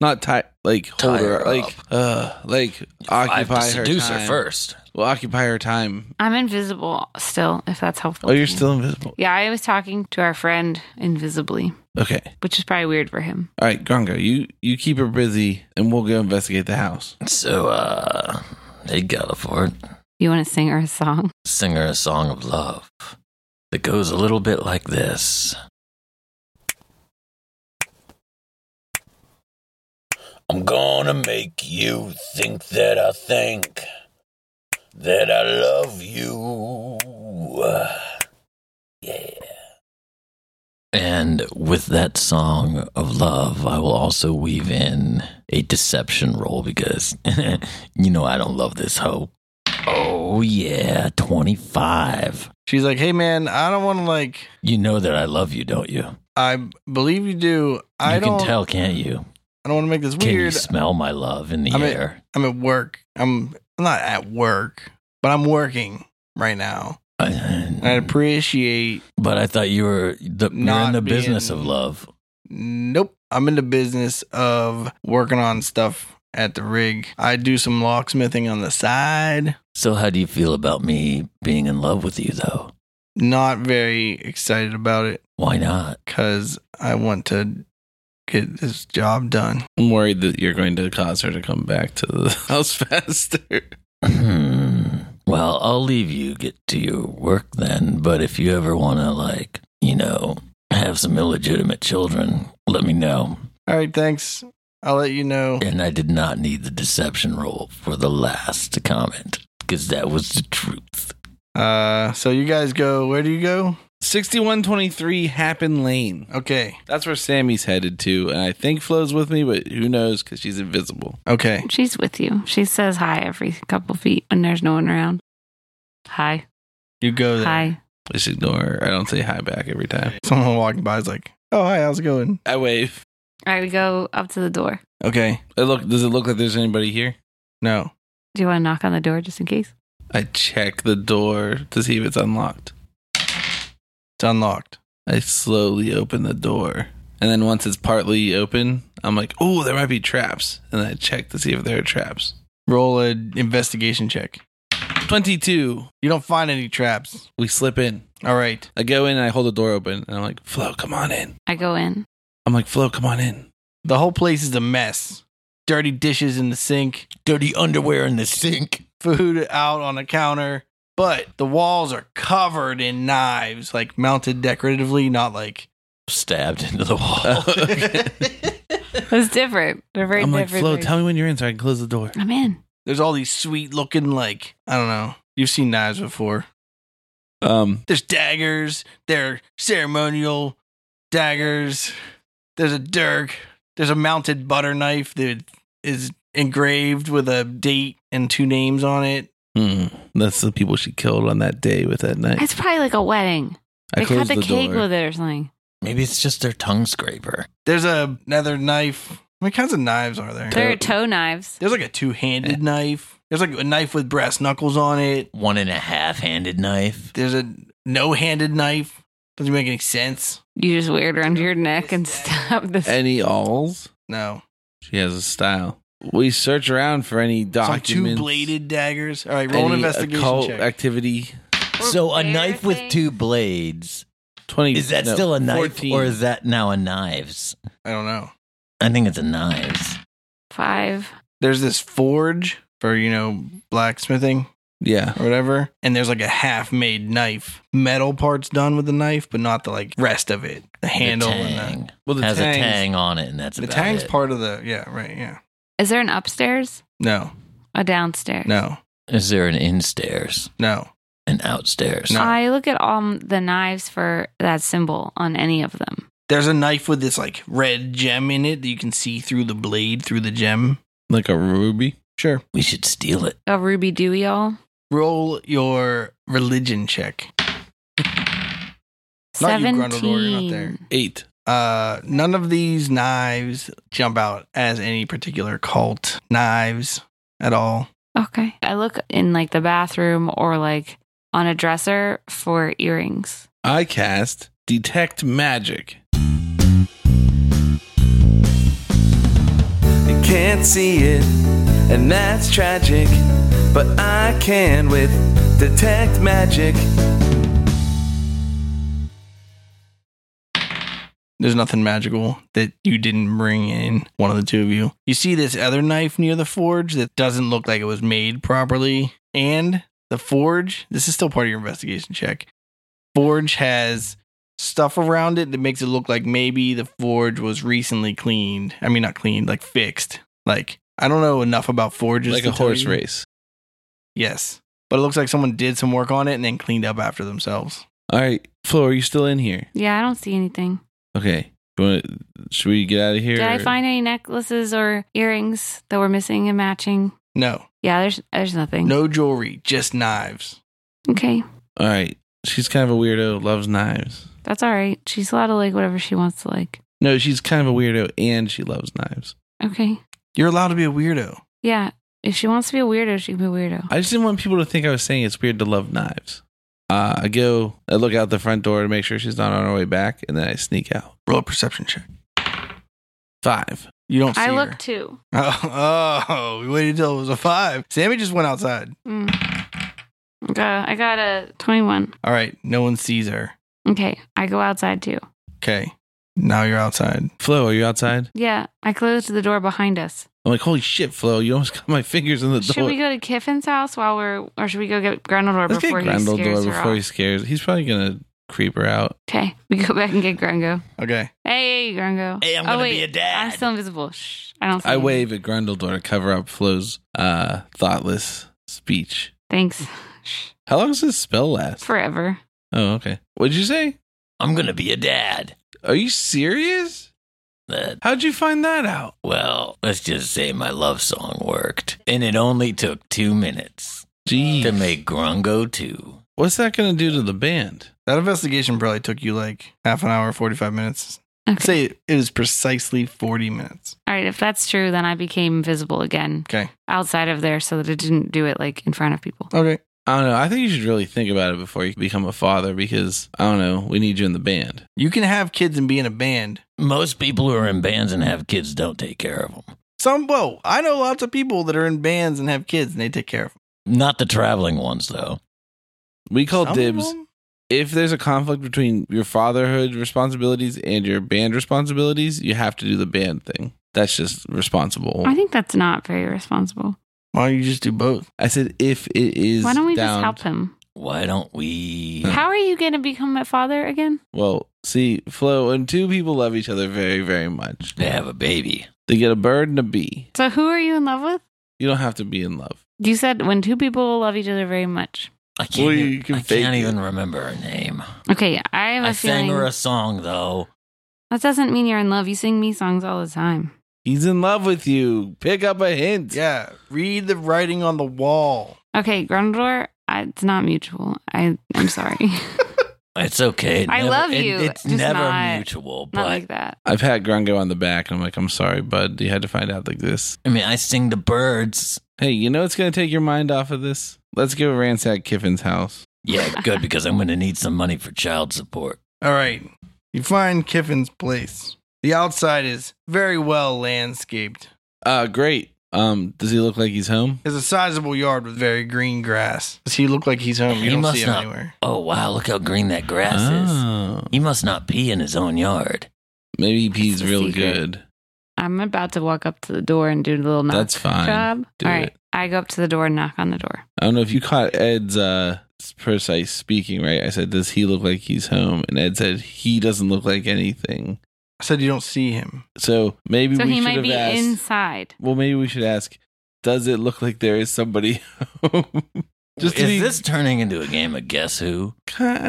S6: Not tie, like hold
S4: Tie
S6: her,
S4: her
S6: like,
S4: up.
S6: uh, like
S4: I have to
S6: occupy her.
S4: seduce her
S6: time.
S4: first.
S6: We'll occupy her time.
S2: I'm invisible still, if that's helpful.
S6: Oh,
S2: to
S6: you're
S4: Mm-hmm.
S2: you.
S6: still invisible.
S2: Yeah, I was talking to our friend invisibly.
S6: Okay.
S2: which is probably weird for him.
S6: All right, Grungo, you you keep her busy, and we'll go investigate the house.
S4: So, uh, hey, Galliford,
S2: You want to sing her a song? [laughs]
S4: sing her a song of love that goes a little bit like this. I'm gonna make you think that I think that I love you. Yeah. And with that song of love, I will also weave in a deception roll because [laughs] you know I don't love this hoe. Oh, yeah, 25.
S3: She's like, hey man, I don't want to like.
S4: You know that I love you, don't you?
S3: I believe you do. I
S4: you
S3: don't.
S4: can tell, can't you?
S3: I don't want to make this
S4: Can you
S3: weird.
S4: smell my love in the
S3: I mean-
S4: air?
S3: I'm at work. I'm, I'm not at work, but I'm working right now. I
S4: Mm-hmm.
S3: appreciate.
S4: Uh, but I thought you were the, you're in
S3: Not
S4: the business
S3: being-
S4: of love.
S3: Nope. I'm in the business of working on stuff at the rig. I do some locksmithing on the side.
S4: So how do you feel about me being in love with you, though?
S3: Not very excited about it
S4: Why not? [clears throat]
S3: because I want to get this job done.
S1: I'm worried that you're going to cause her to come back to the [laughs] house faster.
S4: Hmm. well, I'll leave you get to your work then. But if you ever want to, like, you know, have some illegitimate children, let me know.
S3: All right. Thanks. I'll let you know.
S4: And I did not need the deception roll for the last comment because that was the truth.
S3: Uh, so you guys go. Where do you go?
S6: 6123 Happen Lane.
S3: Okay.
S6: That's where Sammy's headed to, and I think Flo's with me, but who knows because she's invisible.
S3: Okay.
S2: She's with you. She says hi every couple feet when there's no one around. Hi.
S3: You go there.
S2: Hi.
S1: Just ignore her. I don't say hi back every time.
S3: Someone walking by is like, "Oh, hi. How's it going?"
S6: I wave.
S2: All right, we go up to the door.
S3: Okay.
S6: I look. Does it look like there's anybody here?
S3: No.
S2: Do you want to knock on the door just in case?
S1: I check the door to see if it's unlocked.
S3: It's unlocked.
S1: I slowly open the door. And then once it's partly open, I'm like, oh, there might be traps. And I check to see if there are traps.
S3: Roll an investigation check.
S1: 22.
S3: You don't find any traps.
S1: We slip in.
S3: All right.
S1: I go in and I hold the door open. And I'm like, Flo, come on in.
S2: I go in.
S1: I'm like, Flo, come on
S4: [laughs]
S1: in.
S3: The whole place is a mess. Dirty dishes in the sink,
S4: Dirty underwear in the sink.
S3: food out on the counter, but the walls are covered in knives, like mounted decoratively, not like.
S4: Stabbed into the wall.
S1: [laughs]
S6: [laughs]
S2: It's different. They're [laughs] very
S1: I'm like,
S2: different.
S1: Flo, tell me when you're in so I can close the door.
S2: I'm in.
S3: There's all these sweet looking, like, I don't know. You've seen knives before.
S1: Um,
S3: There's daggers. They're ceremonial daggers. There's a dirk. There's a mounted butter knife that is engraved with a date and two names on it.
S1: hmm, that's the people she killed on that day with that knife.
S2: It's probably like a wedding.
S1: I
S2: they cut
S1: closed
S2: the,
S1: the
S2: cake
S1: door.
S2: with it or something.
S4: Maybe it's just their tongue scraper.
S3: There's a nether knife. What kinds of knives are there?
S2: There are toe knives.
S3: There's like a two-handed knife. There's like a knife with brass knuckles on it.
S4: One and a half handed knife.
S3: There's a no-handed knife. Doesn't make any sense.
S2: You just wear it around your neck and [laughs] stop this.
S6: Any alls?
S3: No.
S1: She has a style.
S6: We search around for any
S3: Some
S6: documents.
S3: two-bladed daggers. All right, roll an
S6: any
S3: investigation
S6: occult
S3: check.
S6: activity.
S4: So a
S2: Repair
S4: knife with
S2: thing.
S4: two blades.
S6: 20.
S4: Is that
S6: no,
S4: still a knife
S6: 14.
S4: or is that now a knives?
S3: I don't know.
S4: I think it's a knives.
S2: Five.
S3: There's this forge for, you know, blacksmithing.
S6: Yeah.
S3: or whatever. And there's like a half made knife. Metal parts done with the knife, but not the like rest of it. The handle
S4: the
S3: and
S4: tang.
S6: Well, the
S4: has
S6: tangs-
S4: a tang on it, and that's
S3: the, the
S4: about
S3: tang's
S4: it.
S3: part of the yeah, right, yeah.
S2: Is there an upstairs?
S3: No,
S2: A downstairs?
S3: no,
S4: Is there an instairs
S3: no.
S4: and outstairs?
S3: No.
S2: I look at all the knives for that symbol on any of them.
S3: There's a knife with this like red gem in it that you can see through the blade, through the gem.
S1: Like a ruby.
S3: Sure.
S4: We should steal it.
S2: A ruby dewey all.
S3: Roll your religion check. Not you, Grundledor, you're not there.
S1: Eight.
S3: Uh none of these knives jump out as any particular cult knives at all.
S2: Okay. I look in like the bathroom or like on a dresser for earrings.
S1: I cast Detect Magic.
S9: You can't see it, and that's tragic. But I can with Detect Magic.
S3: There's nothing magical that you didn't bring in, one of the two of you. You see this other knife near the forge that doesn't look like it was made properly. And the forge, this is still part of your investigation check. Forge has stuff around it that makes it look like maybe the forge was recently cleaned. I mean, not cleaned, like fixed. Like I don't know enough about forges.
S6: like
S3: to
S6: a
S3: tell
S6: horse
S3: you.
S6: race.
S3: Yes, but it looks like someone did some work on it and then cleaned up after themselves.
S6: All right, Flo, are you still in here?
S2: Yeah, I don't see anything.
S6: Okay. You wanna- Should we get out of here?
S2: Did I
S6: or-
S2: find any necklaces or earrings that were missing and matching?
S3: No,
S2: Yeah, there's there's nothing.
S3: no jewelry, just knives.
S2: Okay,
S6: All right. She's kind of a weirdo, loves knives.
S2: that's all right. She's allowed to like whatever she wants to like.
S6: No, she's kind of a weirdo and she loves knives.
S2: Okay.
S3: You're allowed to be a weirdo.
S2: Yeah, if she wants to be a weirdo, she can be a weirdo.
S6: I just didn't want people to think I was saying it's weird to love knives. Uh, I go, I look out the front door to make sure she's not on her way back, and then I sneak out.
S3: Roll a perception check.
S6: Five.
S3: You don't see
S2: I
S3: her.
S2: look too.
S3: [laughs] Oh, oh, we waited till it was a five. Sammy just went outside.
S2: Mm. Okay, I got a 21.
S3: All right, no one sees her.
S2: Okay, I go outside too.
S3: Okay, now you're outside.
S6: Flo, are you outside?
S2: Yeah, I closed the door behind us.
S6: I'm like, holy shit, Flo, you almost [laughs] got my fingers in the
S2: Should
S6: door.
S2: we go to Kiffin's house while we're, or should we go get Grundledor
S6: Let's get
S2: before he
S6: Grundle
S2: scares
S6: door
S2: her
S6: before he
S2: off?
S6: scares. He's probably gonna creep her out.
S2: Okay, we go back and get Grungo.
S3: Okay,
S2: Hey, Grungo.
S4: Hey, I'm
S2: Oh,
S4: gonna
S2: wait,
S4: be a dad.
S2: I'm still invisible. Shh, I don't. See
S6: I
S2: him.
S6: wave at Grundledor to cover up Flo's uh, thoughtless speech.
S2: Thanks. Shh,
S6: How long does this spell last?
S2: forever.
S6: oh, okay. What'd you say?
S4: I'm gonna be a dad.
S6: Are you serious?
S4: Uh,
S6: How'd you find that out?
S4: well, let's just say my love song worked, and it only took two minutes
S6: Gee,
S4: to make Grungo two.
S6: what's that gonna do to the band?
S3: that investigation probably took you like half an hour, forty five minutes. I'd
S2: Okay.
S3: say it was precisely forty minutes.
S2: All right, if that's true, then I became visible again
S3: Okay,
S2: outside of there, so that it didn't do it like in front of people.
S3: okay.
S6: I don't know. I think you should really think about it before you become a father because I don't know. We need you in the band.
S3: You can have kids and be in a band.
S4: Most people who are in bands and have kids don't take care of them.
S3: Some whoa, I know lots of people that are in bands and have kids and they take care of them.
S4: Not the traveling ones, though.
S6: We call
S3: Some of
S6: dibs.
S3: them?
S6: if there's a conflict between your fatherhood responsibilities and your band responsibilities, you have to do the band thing. That's just responsible.
S2: I think that's not very responsible.
S3: Why don't you just do both?
S6: I said if it is.
S2: Why don't we
S6: down-
S2: just help him?
S4: Why don't we?
S2: How are you going to become my father again?
S6: Well, see, Flo, when two people love each other very, very much,
S4: They have a baby.
S6: they get a bird and a bee.
S2: So, who are you in love with?
S6: You don't have to be in love.
S2: You said when two people love each other very much.
S4: I can't.
S6: Well,
S4: even-
S6: you can
S4: I
S6: fake
S4: can't
S6: it.
S4: even remember her name.
S2: Okay, I have a
S4: I sang
S2: feeling
S4: her a song though.
S2: that doesn't mean you're in love. You sing me songs all the time.
S6: He's in love with you. Pick up a hint.
S3: Yeah, read the writing on the wall.
S2: Okay, Grundor, I, it's not mutual. I I'm sorry, [laughs]
S4: It's okay. It
S2: I love you,
S4: It's
S2: just
S4: never
S2: not-
S4: mutual,
S6: [laughs]
S4: but
S2: not like that.
S6: I pat Grungo on the back and I'm like, I'm sorry, bud. You had to find out like this.
S4: I mean, I sing the birds.
S6: Hey, you know it's going to take your mind off of this? Let's go ransack Kiffin's house.
S4: Yeah, good because I'm going to need some money for child support.
S3: All right. You find Kiffin's place. The outside is very well landscaped.
S6: Uh, great. Um, does he look like he's home?
S3: There's a sizable yard with very green grass. Does he look like he's home? You
S4: He
S3: don't
S4: must
S3: see him
S4: not.
S3: anywhere.
S4: Oh wow, look how green that grass is.
S6: Oh.
S4: He must not pee in his own yard.
S6: Maybe he pees
S2: That's the
S6: real
S2: secret.
S6: good.
S2: I'm about to walk up to the door and do the little knock
S6: That's fine.
S2: job.
S6: Do
S2: all right,
S6: it.
S2: I go up to the door and knock on the door.
S6: I don't know if you caught Ed's uh, precise speaking, right? I said, Does he look like he's home? And Ed said, He doesn't look like anything.
S3: I said you don't see him.
S6: So maybe
S2: so
S6: we
S2: he
S6: should
S2: might
S6: have
S2: be
S6: asked.
S2: inside.
S6: well, maybe we should ask, Does it look like there is somebody [laughs] home? Just to
S4: is
S6: be-
S4: this turning into a game of guess who?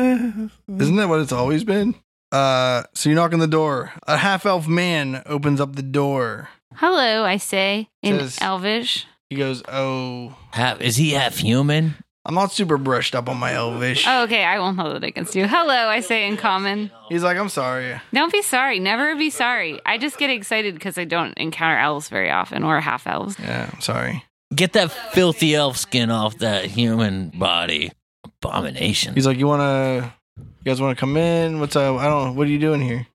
S3: Isn't that what it's always been? Uh, so you knock on the door. A half elf man opens up the door.
S2: Hello, I say in
S3: Says-
S2: Elvish.
S3: He goes, Oh,
S4: Half, is he half human?
S3: I'm not super brushed up on my elvish.
S2: Oh, okay, I won't hold it against you. Hello, I say in common.
S3: He's like, I'm sorry.
S2: Don't be sorry. Never be sorry. I just get excited because I don't encounter elves very often or half elves.
S3: Yeah, I'm sorry.
S4: Get that filthy elf skin off that human body. Abomination.
S3: He's like, You wanna, you guys wanna come in? What's up? I don't, what are you doing here?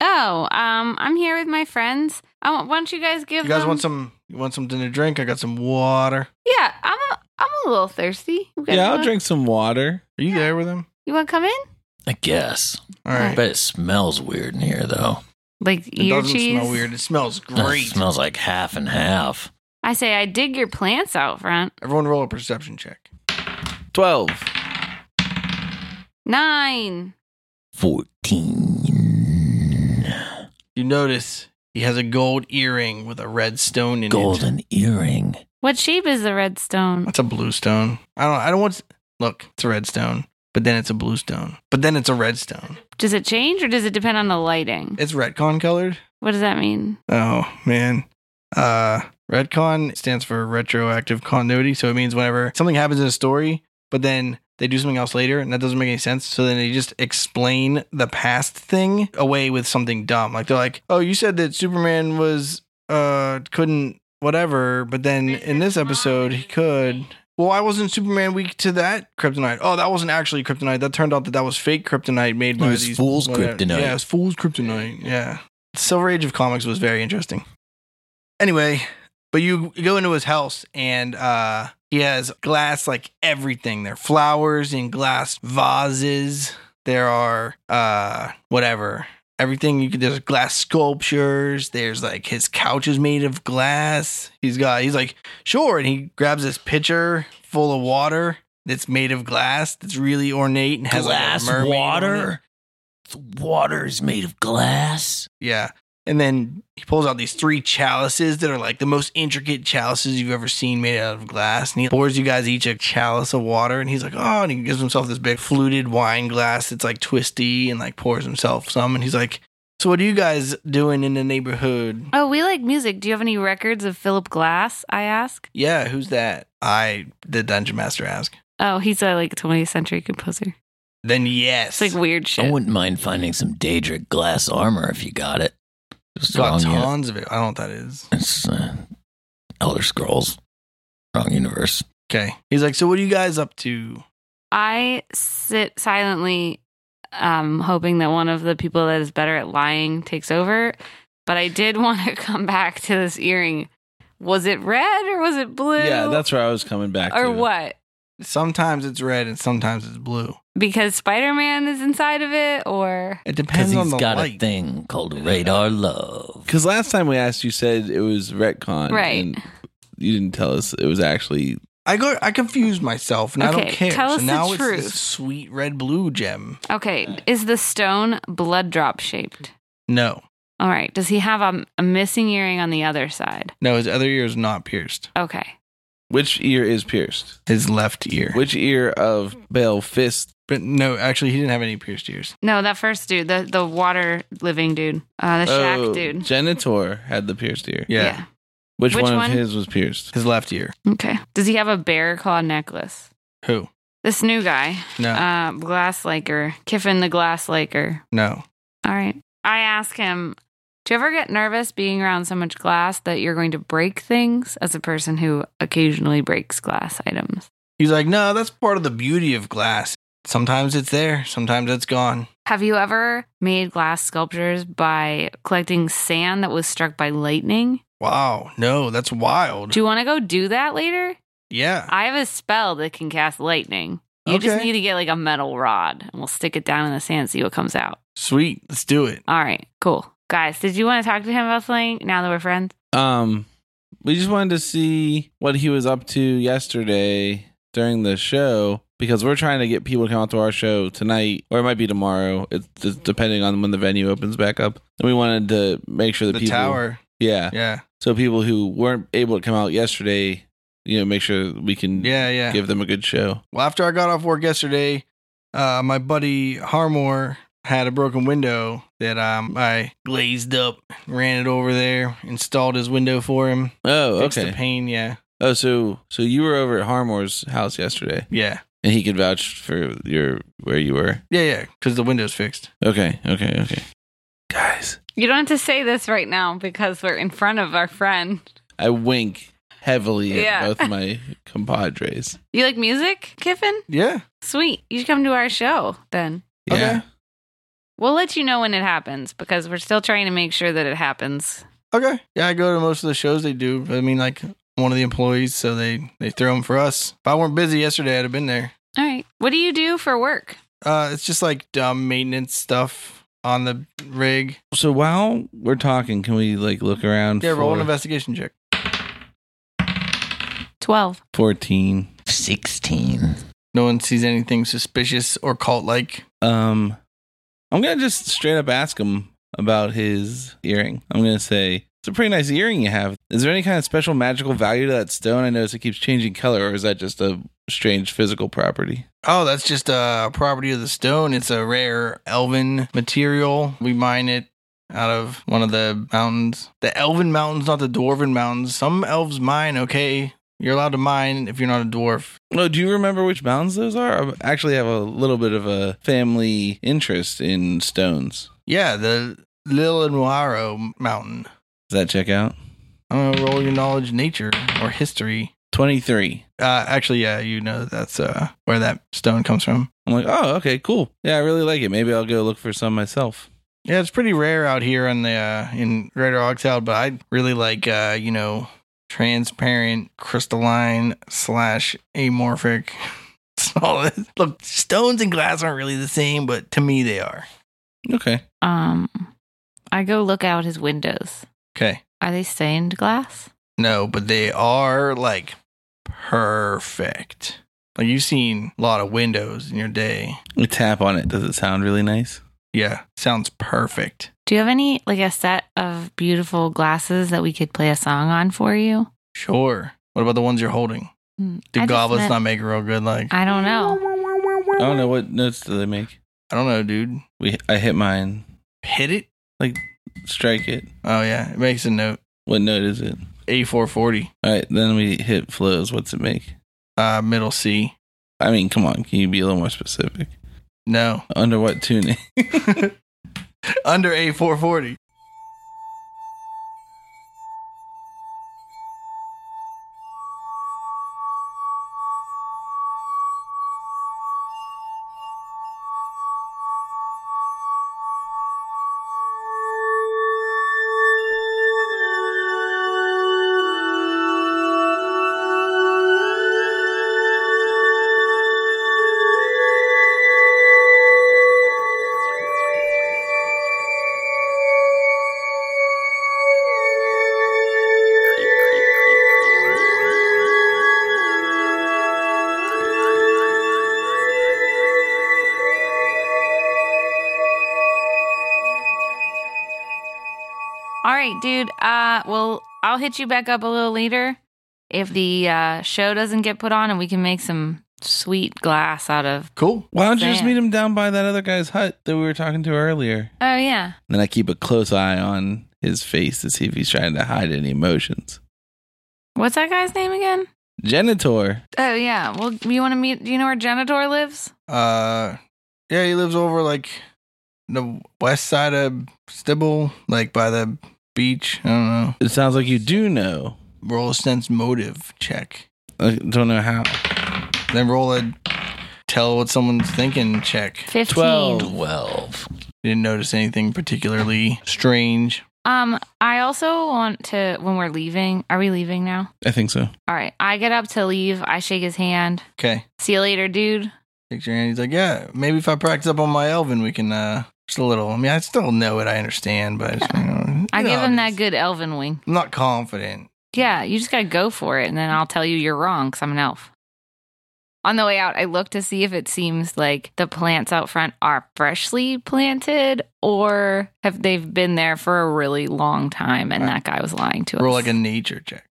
S2: Oh, um, I'm here with my friends. I want, why don't you guys give
S3: You guys
S2: them-
S3: want some, you want something to drink? I got some water.
S2: Yeah, I'm a, I'm a little thirsty. You guys
S6: yeah, I'll
S2: wanna-
S6: drink some water.
S3: Are you there with him?
S2: You want to come in?
S4: I guess.
S3: All right.
S4: bet it smells weird in here, though.
S2: Like
S3: It
S2: ear
S3: doesn't
S2: cheese.
S3: smell weird. It smells
S4: Uh,
S3: great.
S4: It smells like half and half.
S2: I say I dig your plants out front.
S3: Everyone roll a perception check.
S6: 12.
S2: Nine.
S4: 14.
S3: You notice He has a gold earring with a red stone in it.
S4: Golden earring.
S7: What shape is the red
S3: [laughs]
S7: stone?
S3: That's a blue stone. I don't. I don't want. Look, it's a red stone. But then it's a blue stone. But then it's a red stone.
S2: Does it change or does it depend on the lighting?
S3: It's retcon colored.
S2: What does that mean?
S3: Oh man. Uh Redcon stands for retroactive continuity, so it means whenever something happens in a story, but then they do something else later and that doesn't make any sense. So then they just explain the past thing away with something dumb. Like they're like, Oh, you said that Superman was uh couldn't whatever, but then in this episode he could well, I wasn't Superman weak to that kryptonite. Oh, that wasn't actually kryptonite. That turned out that that was fake kryptonite made by
S4: was
S3: these
S4: fool's kryptonite.
S3: Yeah, it was fool's kryptonite. Yeah, Silver Age of comics was very interesting. Anyway, but you go into his house and uh he has glass like everything. There are flowers in glass vases. There are uh whatever. Everything you could there's glass sculptures. There's like his couch is made of glass. He's got he's like, sure, and he grabs this pitcher full of water that's made of glass that's really ornate and has
S4: glass
S3: like a mermaid on it.
S4: water. Water is made of glass.
S3: Yeah. And then he pulls out these three chalices that are like the most intricate chalices you've ever seen made out of glass. And he pours you guys each a chalice of water. And he's like, oh, and he gives himself this big fluted wine glass that's like twisty and like pours himself some. And he's like, so what are you guys doing in the neighborhood?
S7: Oh, we like music. Do you have any records of Philip Glass? I ask.
S3: Yeah, who's that? I, the dungeon master, asked.
S7: Oh, he's a like 20th century composer.
S3: Then yes.
S7: It's like weird
S4: I
S7: shit.
S4: wouldn't mind finding some Daedric glass armor if you got it. Just
S3: got
S4: wrong uni-
S3: tons of it. I don't know what that is.
S4: It's uh, Elder Scrolls. Wrong universe.
S3: Okay. He's like, so what are you guys up to?
S2: I sit silently, um, hoping that one of the people that is better at lying takes over. But I did [laughs] want to come back to this earring. Was it red or was it blue?
S6: Yeah, that's where I was coming back
S2: or
S6: to.
S2: what?
S3: Sometimes it's red and sometimes it's blue.
S2: Because Spider Man is inside of it, or
S3: It
S4: Because
S3: depends on
S4: he's
S3: the
S4: got
S3: light.
S4: a thing called radar love.
S6: Because last time we asked, you said it was retcon.
S2: Right.
S6: and you didn't tell us it was actually.
S3: I go. I confuse myself, and I don't
S2: Okay,
S3: care.
S2: tell us
S3: so
S2: the
S3: now
S2: truth.
S3: it's this sweet red blue gem.
S2: okay, is the stone blood drop shaped?
S3: No,
S2: All right. Does he have a, a missing earring on the other side?
S3: no, his other ear is not pierced.
S2: Okay.
S6: Which ear is pierced?
S3: His left ear.
S6: Which ear of Bale Fist?
S3: But no, actually, he didn't have any pierced ears.
S2: No, that first dude, the the water living dude, uh, the shack
S6: Oh,
S2: dude.
S6: Genitor had the pierced ear.
S3: Yeah.
S6: Which,
S2: Which
S6: one,
S2: one?
S6: of his was pierced?
S3: His left ear.
S2: Okay. Does he have a bear claw necklace?
S3: Who?
S2: This new guy,
S3: No,
S2: uh, glass liker, Kiffin the glass liker.
S3: no.
S2: All right. I ask him, do you ever get nervous being around so much glass that you're going to break things? As a person who occasionally breaks glass items,
S3: He's like, no, that's part of the beauty of glass. Sometimes it's there, sometimes it's gone.
S2: have you ever made glass sculptures by collecting sand that was struck by lightning?
S3: Wow, no, that's wild.
S2: Do you want to go do that later?
S3: Yeah,
S2: I have a spell that can cast lightning. You just
S3: Okay.
S2: need to get like a metal rod and we'll stick it down in the sand and see what comes out.
S3: sweet. Let's do it.
S2: All right, cool. Guys, did you want to talk to him about something now that we're friends?
S6: Um, we just wanted to see what he was up to yesterday during the show because we're trying to get people to come out to our show tonight, or it might be tomorrow. It's just depending on when the venue opens back up. And we wanted to make sure
S3: The,
S6: that people,
S3: tower.
S6: yeah,
S3: Yeah,
S6: so people who weren't able to come out yesterday, you know, make sure we can
S3: yeah, yeah.
S6: give them a good show.
S3: Well, after I got off work yesterday, uh, my buddy Harmore had a broken window that um, I glazed up, ran it over there, installed his window for him,
S6: Oh,
S3: fixed the
S6: okay.
S3: pane. Yeah,
S6: Oh, so so you were over at Harmore's house yesterday,
S3: yeah,
S6: and he could vouch for your where you were.
S3: yeah, yeah, because the window's fixed.
S6: Okay, okay, okay. Guys,
S2: You don't have to say this right now because we're in front of our friend.
S6: I wink heavily
S2: Yeah.
S6: at both my [laughs] compadres.
S2: You like music, Kiffin?
S3: Yeah,
S2: Sweet. You should come to our show then.
S6: Yeah.
S3: Okay.
S2: We'll let you know when it happens because we're still trying to make sure that it happens.
S3: okay, yeah. I go to most of the shows they do. I mean, like one of the employees, so they they throw them for us. If I weren't busy yesterday, I'd have been there.
S2: All right. What do you do for work?
S3: Uh, it's just like dumb maintenance stuff on the rig.
S6: So while we're talking, can we like look around?
S3: Yeah,
S6: for
S3: roll an investigation check.
S2: 12.
S6: 14.
S4: 16.
S3: No one sees anything suspicious or cult like.
S6: Um, I'm gonna just straight up ask him. about his earring. I'm going to say, it's a pretty nice earring you have. Is there any kind of special magical value to that stone? I notice it keeps changing color, or is that just a strange physical property?
S3: Oh, that's just a property of the stone. It's a rare elven material. We mine it out of one of the mountains. The elven mountains, not the dwarven mountains. Some elves mine, okay? You're allowed to mine if you're not a dwarf.
S6: No, Oh, do you remember which mounds those are? I actually have a little bit of a family interest in stones.
S3: Yeah, the Lilinuaro mountain.
S6: Does that check out?
S3: I'm gonna roll your knowledge, nature, or history.
S6: 23.
S3: Uh, actually, yeah, you know that that's uh, where that stone comes from.
S6: I'm like, oh, okay, cool. Yeah, I really like it. Maybe I'll go look for some myself.
S3: Yeah, it's pretty rare out here in the uh, in Greater Oxal, but I really like uh, you know transparent crystalline slash amorphic [laughs] solid. Look, stones and glass aren't really the same, but to me they are.
S6: Okay.
S2: Um, I go look out his windows.
S3: Okay.
S2: Are they stained glass?
S3: No, but they are like perfect. Like you've seen a lot of windows in your day.
S6: You tap on it. Does it sound really nice?
S3: Yeah, sounds perfect.
S2: Do you have any like a set of beautiful glasses that we could play a song on for you?
S3: Sure. What about the ones you're holding?
S2: Hmm,
S3: Do
S2: I just
S3: goblets
S2: meant-
S3: not make it real good? Like I,
S2: I don't know.
S6: I don't know what notes do they make.
S3: don't know, dude.
S6: We I hit mine.
S3: Hit it.
S6: Strike it.
S3: Oh yeah, it makes a note.
S6: What note is it?
S3: A four forty.
S6: All right, then we hit flows. What's it make?
S3: Uh, middle C.
S6: I mean, come on. Can you be a little more specific?
S3: No, [laughs]
S6: Under what tuning?
S3: under A four forty.
S2: All right, dude. Uh, well, I'll hit you back up a little later if the uh, show doesn't get put on, and we can make some sweet glass out of.
S3: Cool.
S6: [laughs] Why don't you just
S2: Sand.
S6: meet him down by that other guy's hut that we were talking to earlier?
S2: Oh yeah.
S6: Then I keep a close eye on his face to see if he's trying to hide any emotions.
S2: What's that guy's name again?
S6: Genitor.
S2: Oh yeah. Well, you want to meet? Do you know where Genitor lives?
S3: Uh, yeah, he lives over like the west side of Stibble, like by the beach. I don't know.
S6: It sounds like you do know.
S3: Roll a sense motive check.
S6: I don't know how.
S3: Then roll a tell what someone's thinking check.
S2: Fifteen.
S4: 12.
S3: Didn't notice anything particularly strange.
S2: Um, I also want to. When we're leaving, are we leaving now?
S6: I think so.
S2: All right. I get up to leave. I shake his hand.
S3: Okay.
S2: See you later, dude.
S3: Takes your hand. He's like, yeah, maybe if I practice up on my Elven, we can. uh Just a little. I mean, I still know it. I understand, but I, just, you know,
S2: [laughs] I
S3: you know
S2: give
S3: how
S2: him
S3: it
S2: that
S3: is.
S2: good elven wing.
S3: I'm not confident.
S2: Yeah, you just gotta go for it, and then I'll tell you you're wrong because I'm an elf. On the way out, I look to see if it seems like the plants out front are freshly planted or have they've been there for a really long time, and that guy was lying to us.
S3: Roll like a nature check.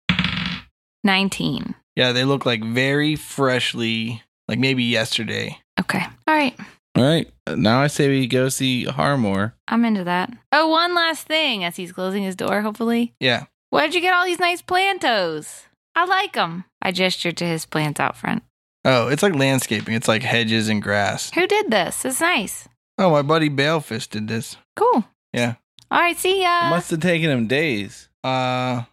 S2: nineteen.
S3: Yeah, they look like very freshly, like maybe yesterday.
S2: Okay, all right.
S6: All right. Now I say we go see Harmore.
S2: I'm into that. Oh, one last thing as he's closing his door, hopefully.
S3: Yeah.
S2: Where'd you get all these nice plantos? I like them. I gestured to his plants out front.
S3: Oh, it's like landscaping. It's like hedges and grass.
S2: Who did this? It's nice.
S3: Oh, my buddy Balefist did this.
S2: Cool.
S3: Yeah.
S2: All right, see ya.
S6: It must have taken him days.
S3: Uh, I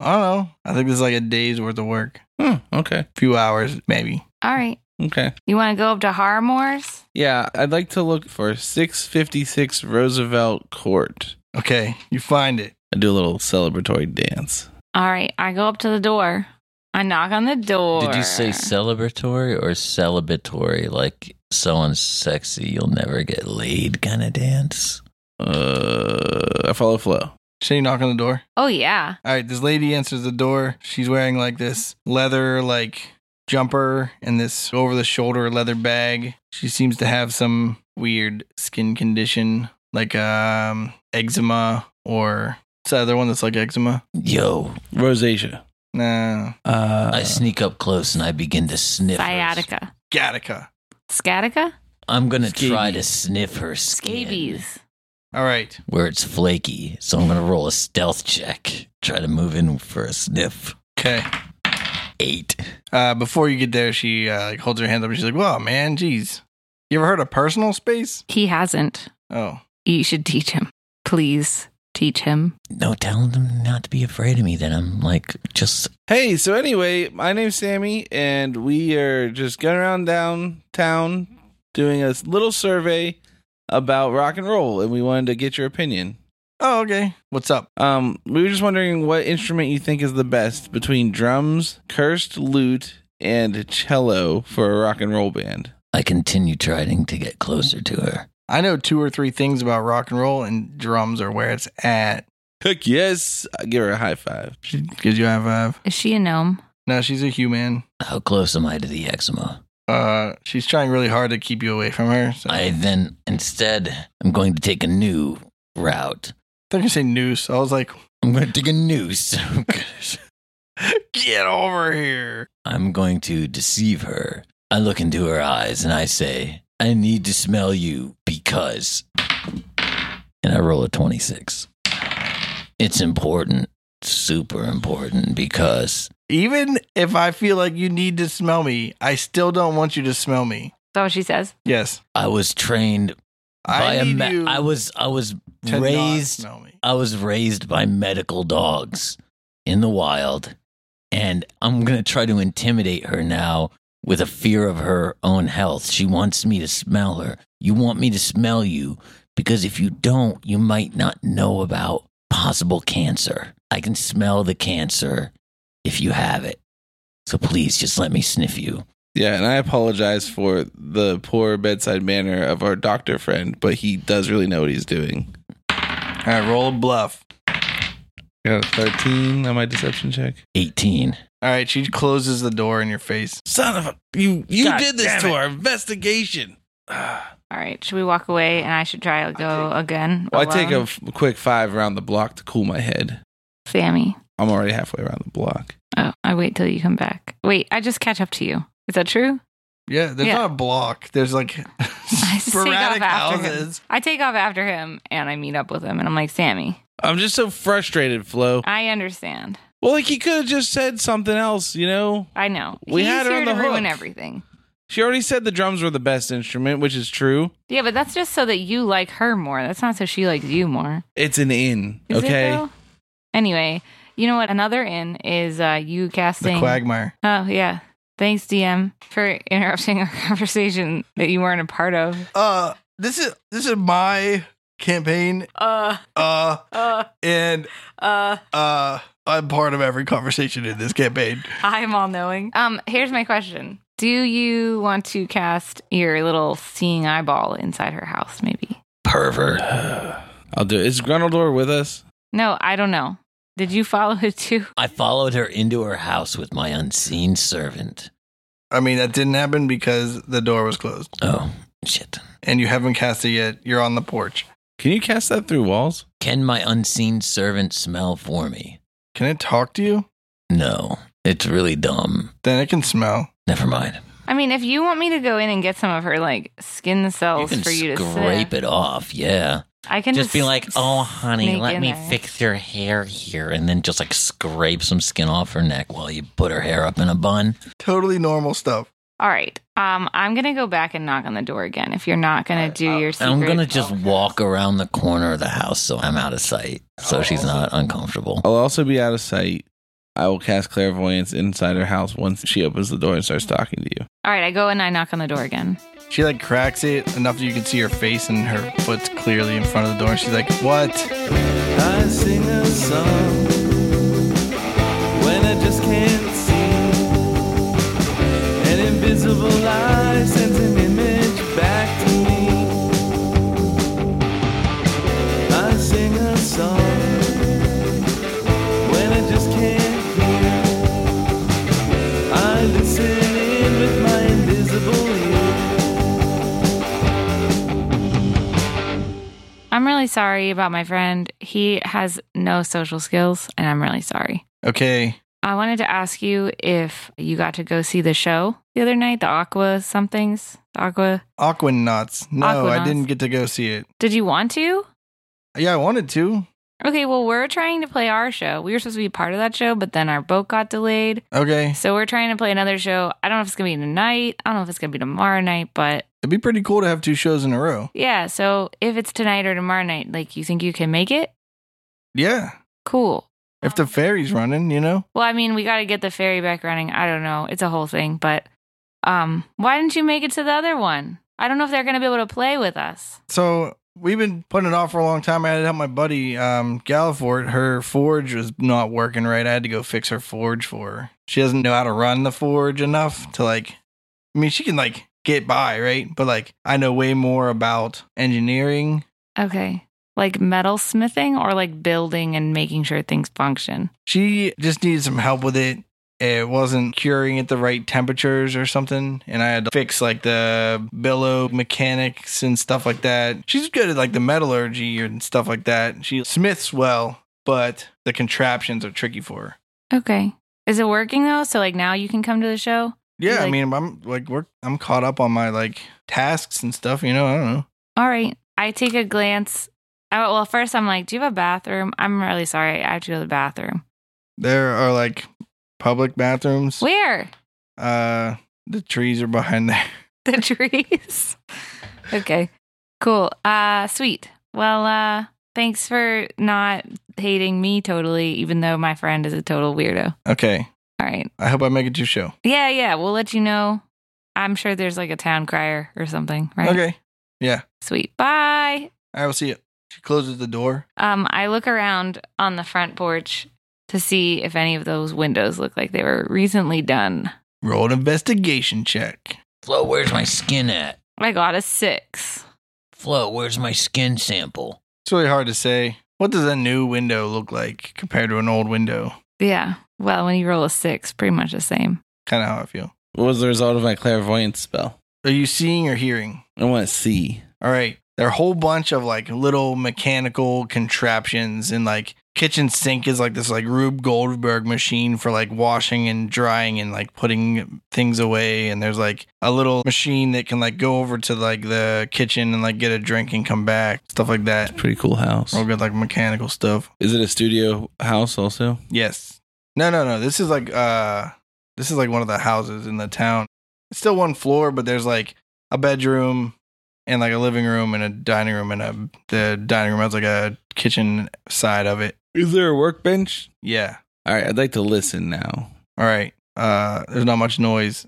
S3: don't know. I think this is like a day's worth of work.
S6: Hmm. Okay.
S3: A few hours, maybe.
S2: all right.
S6: Okay.
S2: You want to go up to Harmore's?
S6: Yeah, I'd like to look for 656 Roosevelt Court.
S3: Okay, you find it.
S6: I do a little celebratory dance.
S2: All right, I go up to the door. I knock on the door.
S4: Did you say celebratory or celebratory? Like someone's sexy, you'll never get laid kind of dance?
S6: Uh, I follow flow.
S3: Should you knock on the door?
S2: Oh yeah.
S3: All right, this lady answers the door. She's wearing like this leather, like jumper and this over the shoulder leather bag. She seems to have some weird skin condition. like um eczema or what's the other one that's like eczema?
S4: Yo,
S6: Rosacea.
S3: No,
S6: Uh,
S4: I sneak up close and I begin to sniff. her.
S2: Sciatica.
S3: Gattaca.
S2: Scatica?
S4: I'm gonna try to
S6: Scabies.
S4: sniff her skin
S2: Scabies.
S3: All right,
S4: where it's flaky. So I'm gonna roll a stealth check. Try to move in for a sniff.
S3: okay.
S4: Eight.
S3: Uh, before you get there, she uh, like holds her hand up and she's like, "Wow, man, geez, you ever heard of personal space?"
S2: He hasn't.
S3: Oh,
S2: You should teach him. Please teach him.
S4: No, tell them not to be afraid of me. Then I'm like just
S6: Hey, so anyway, my name's Sammy, and we are just going around downtown doing a s- little survey about rock and roll, and we wanted to get your opinion.
S3: oh, okay. What's up?
S6: Um, we were just wondering what instrument you think is the best between drums, cursed lute, and cello for a rock and roll band.
S4: I continue trying to get closer to her.
S3: I know two or three things about rock and roll, and drums are where it's at.
S6: Heck yes, I give her a high five.
S3: She gives you a high five.
S2: Is she a gnome?
S3: No, she's a human.
S4: How close am I to the eczema?
S3: Uh, she's trying really hard to keep you away from her. So.
S4: I then instead I'm going to take a new route.
S3: They're gonna say noose. I was like,
S4: I'm going to take a [laughs] noose. I'm gonna-
S3: get over here.
S4: I'm going to deceive her. I look into her eyes and I say, I need to smell you because. And I roll a 26. It's important, super important because
S3: Even if I feel like you need to smell me, I still don't want you to smell me.
S2: Is that what she says?
S3: Yes,
S4: I was trained by
S3: I
S4: a
S3: need
S4: ma-
S3: you
S4: I was I was
S3: to not
S4: raised
S3: smell me.
S4: I was raised by medical dogs in the wild, and I'm going to try to intimidate her now with a fear of her own health. She wants me to smell her. You want me to smell you because if you don't, you might not know about possible cancer. I can smell the cancer if you have it. So please just let me sniff you.
S6: Yeah, and I apologize for the poor bedside manner of our doctor friend, but he does really know what he's doing.
S3: All right, roll a bluff.
S6: Got a 13 on my deception check.
S4: 18.
S3: All right, she closes the door in your face.
S6: Son of a you you
S4: God
S6: did this
S4: damn
S6: to
S4: it.
S6: our investigation. Ah.
S2: All right. Should we walk away and I should try to go again?
S6: Well, I take a
S2: alone?
S6: f- quick five around the block to cool my head.
S2: Sammy.
S6: I'm already halfway around the block.
S2: Oh, I wait till you come back. Wait, I just catch up to you. Is that true?
S3: Yeah, there's
S2: Yeah.
S3: not a block. There's like [laughs]
S2: I just take off
S3: sporadic
S2: after
S3: houses.
S2: him. I take off after him and I meet up with him and I'm like, Sammy,
S6: I'm just so frustrated, Flo.
S2: I understand.
S6: Well, like he could have just said something else, you know.
S2: I know.
S6: We
S2: He's
S6: had her
S2: here
S6: on
S2: to
S6: the
S2: ruin
S6: hook.
S2: everything.
S6: She already said the drums were the best instrument, which is true.
S2: Yeah, but that's just so that you like her more. That's not so she likes you more.
S6: It's an in,
S2: Is it,
S6: okay?
S2: though? anyway, you know what? Another in is uh, you
S3: The
S2: casting.
S3: quagmire.
S2: oh yeah. Thanks, DM, for interrupting [laughs] our conversation that you weren't a part of.
S3: Uh, this is this is my campaign.
S2: Uh,
S3: Uh,
S2: uh,
S3: and
S2: uh.
S3: uh, I'm part of every conversation in this campaign.
S2: I'm all knowing. Um, here's my question. Do you want to cast your little seeing eyeball inside her house, maybe?
S4: Pervert.
S6: [sighs] I'll do it. Is Grundledor with us?
S2: No, I don't know. Did you follow [laughs] it too?
S4: I followed her into her house with my unseen servant.
S3: I mean, that didn't happen because the door was closed,
S4: Oh, shit.
S3: and you haven't cast it yet. You're on the porch.
S6: Can you cast that through walls?
S4: Can my unseen servant smell for me?
S3: Can it talk to you?
S4: No, it's really dumb.
S3: Then it can smell.
S4: Never mind.
S2: I mean, if you want me to go in and get some of her like skin cells
S4: you can
S2: Oh, for you to
S4: scrape
S2: sniff,
S4: it off. Yeah,
S2: I can
S4: just,
S2: just,
S4: be like, "Oh, honey,
S2: sneak
S4: let
S2: in
S4: me
S2: there."
S4: fix your hair here," and then just like scrape some skin off her neck while you put her hair up in a bun.
S3: Totally normal stuff.
S2: All right. Um, I'm gonna go back and knock on the door again. If you're not gonna do your, secret. Oh,
S4: I'm gonna just walk around the corner of the house so I'm out of sight, so
S2: Oh.
S4: she's not uncomfortable.
S6: I'll also be out of sight. I will cast clairvoyance inside her house once she opens the door and starts talking to you.
S2: All right, I go and I knock on the door again.
S3: She like cracks it enough that you can see her face and her foot's clearly in front of the door. She's like, "What?"
S9: I sing a song when I just can't see. An invisible lie sends an image back to me. I sing a song when I just can't hear. I listen in with my invisible ear.
S2: I'm really sorry about my friend. He has no social skills, and I'm really sorry.
S3: Okay.
S2: I wanted to ask you if you got to go see the show the other night, the Aqua somethings. The Aqua.
S3: Aquanauts. No, I
S2: Aquanauts.
S3: didn't get to go see it.
S2: Did you want to?
S3: Yeah, I wanted to.
S2: Okay, well, we're trying to play our show. We were supposed to be part of that show, but then our boat got delayed.
S3: Okay.
S2: So we're trying to play another show. I don't know if it's going to be tonight. I don't know if it's going to be tomorrow night, but
S3: It'd be pretty cool to have two shows in a row.
S2: yeah. So if it's tonight or tomorrow night, like you think you can make it?
S3: Yeah.
S2: Cool.
S3: If the ferry's running, you know?
S2: Well, I mean, we got to get the ferry back running. I don't know. It's a whole thing, but um, why didn't you make it to the other one? I don't know if they're going to be able to play with us.
S3: So we've been putting it off for a long time. I had to help my buddy um, Gallifort. Her forge was not working right. I had to go fix her forge for her. She doesn't know how to run the forge enough to like. I mean, she can like get by, right? But like, I know way more about engineering.
S2: Okay. Like metal smithing or like building and making sure things function.
S3: She just needed some help with it. It wasn't curing at the right temperatures or something, and I had to fix like the billow mechanics and stuff like that. She's good at like the metallurgy and stuff like that. She smiths well, but the contraptions are tricky for her.
S2: Okay. Is it working though? So like now you can come to the show?
S3: Yeah, I
S2: Like-
S3: mean, I'm like we're I'm caught up on my like tasks and stuff. You know, I don't know.
S2: All right. I take a glance. I, well, first I'm like, do you have a bathroom? I'm really sorry. I have to go to the bathroom.
S3: There are like public bathrooms.
S2: Where? [laughs]
S3: Uh, the trees are behind there. [laughs]
S2: the trees. [laughs] okay. Cool. Uh sweet. Well, uh thanks for not hating me totally even though my friend is a total weirdo.
S3: Okay,
S2: All right.
S3: I hope I make it to show.
S2: Yeah, yeah, we'll let you know. I'm sure there's like a town crier or something, right?
S3: Okay,
S2: Sweet. Bye.
S3: I will see you. She closes the door.
S2: Um I look around on the front porch to see if any of those windows look like they were recently done.
S3: Roll an investigation check.
S4: Flo, where's my skin at?
S2: I got a 6.
S4: Flo, where's my skin sample?
S3: It's really hard to say. What does a new window look like compared to an old window?
S2: Yeah. Well, when you roll a 6, pretty much the same.
S3: Kind of how I feel.
S6: What was the result of my clairvoyance spell?
S3: Are you seeing or hearing?
S6: I want to see.
S3: All right. There are a whole bunch of like little mechanical contraptions and like kitchen sink is like this like Rube Goldberg machine for like washing and drying and like putting things away. And there's like a little machine that can like go over to like the kitchen and like get a drink and come back. Stuff like that.
S6: Pretty cool house.
S3: Real good like mechanical stuff.
S6: Is it a studio house also?
S3: Yes. No, no, no. This is like uh this is like one of the houses in the town. It's still one floor, but there's like a bedroom and like a living room and a dining room and a the dining room has like a kitchen side of it.
S6: Is there a workbench?
S3: Yeah.
S6: All right, I'd like to listen now.
S3: All right. Uh there's not much noise.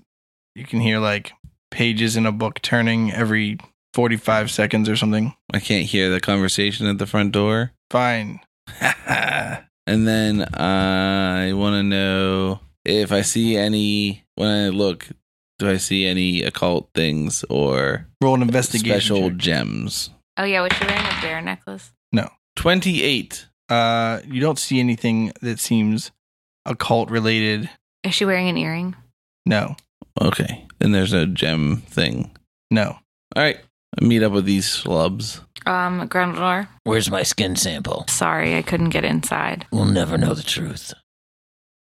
S3: You can hear like pages in a book turning every 45 seconds or something.
S6: I can't hear the conversation at the front door.
S3: Fine.
S6: [laughs] and then I want to know if I see any, when I look, do I see any occult things or
S3: Roll an investigation.
S6: special
S3: check.
S6: gems?
S2: Oh yeah, was she wearing a bear necklace?
S6: 28.
S3: Uh you don't see anything that seems occult related.
S2: Is she wearing an earring?
S3: No.
S6: Okay. Then there's no gem thing.
S3: No.
S6: All right. I meet up with these slubs.
S2: Um, ground floor.
S4: Where's my skin sample?
S2: Sorry, I couldn't get inside.
S4: We'll never know the truth.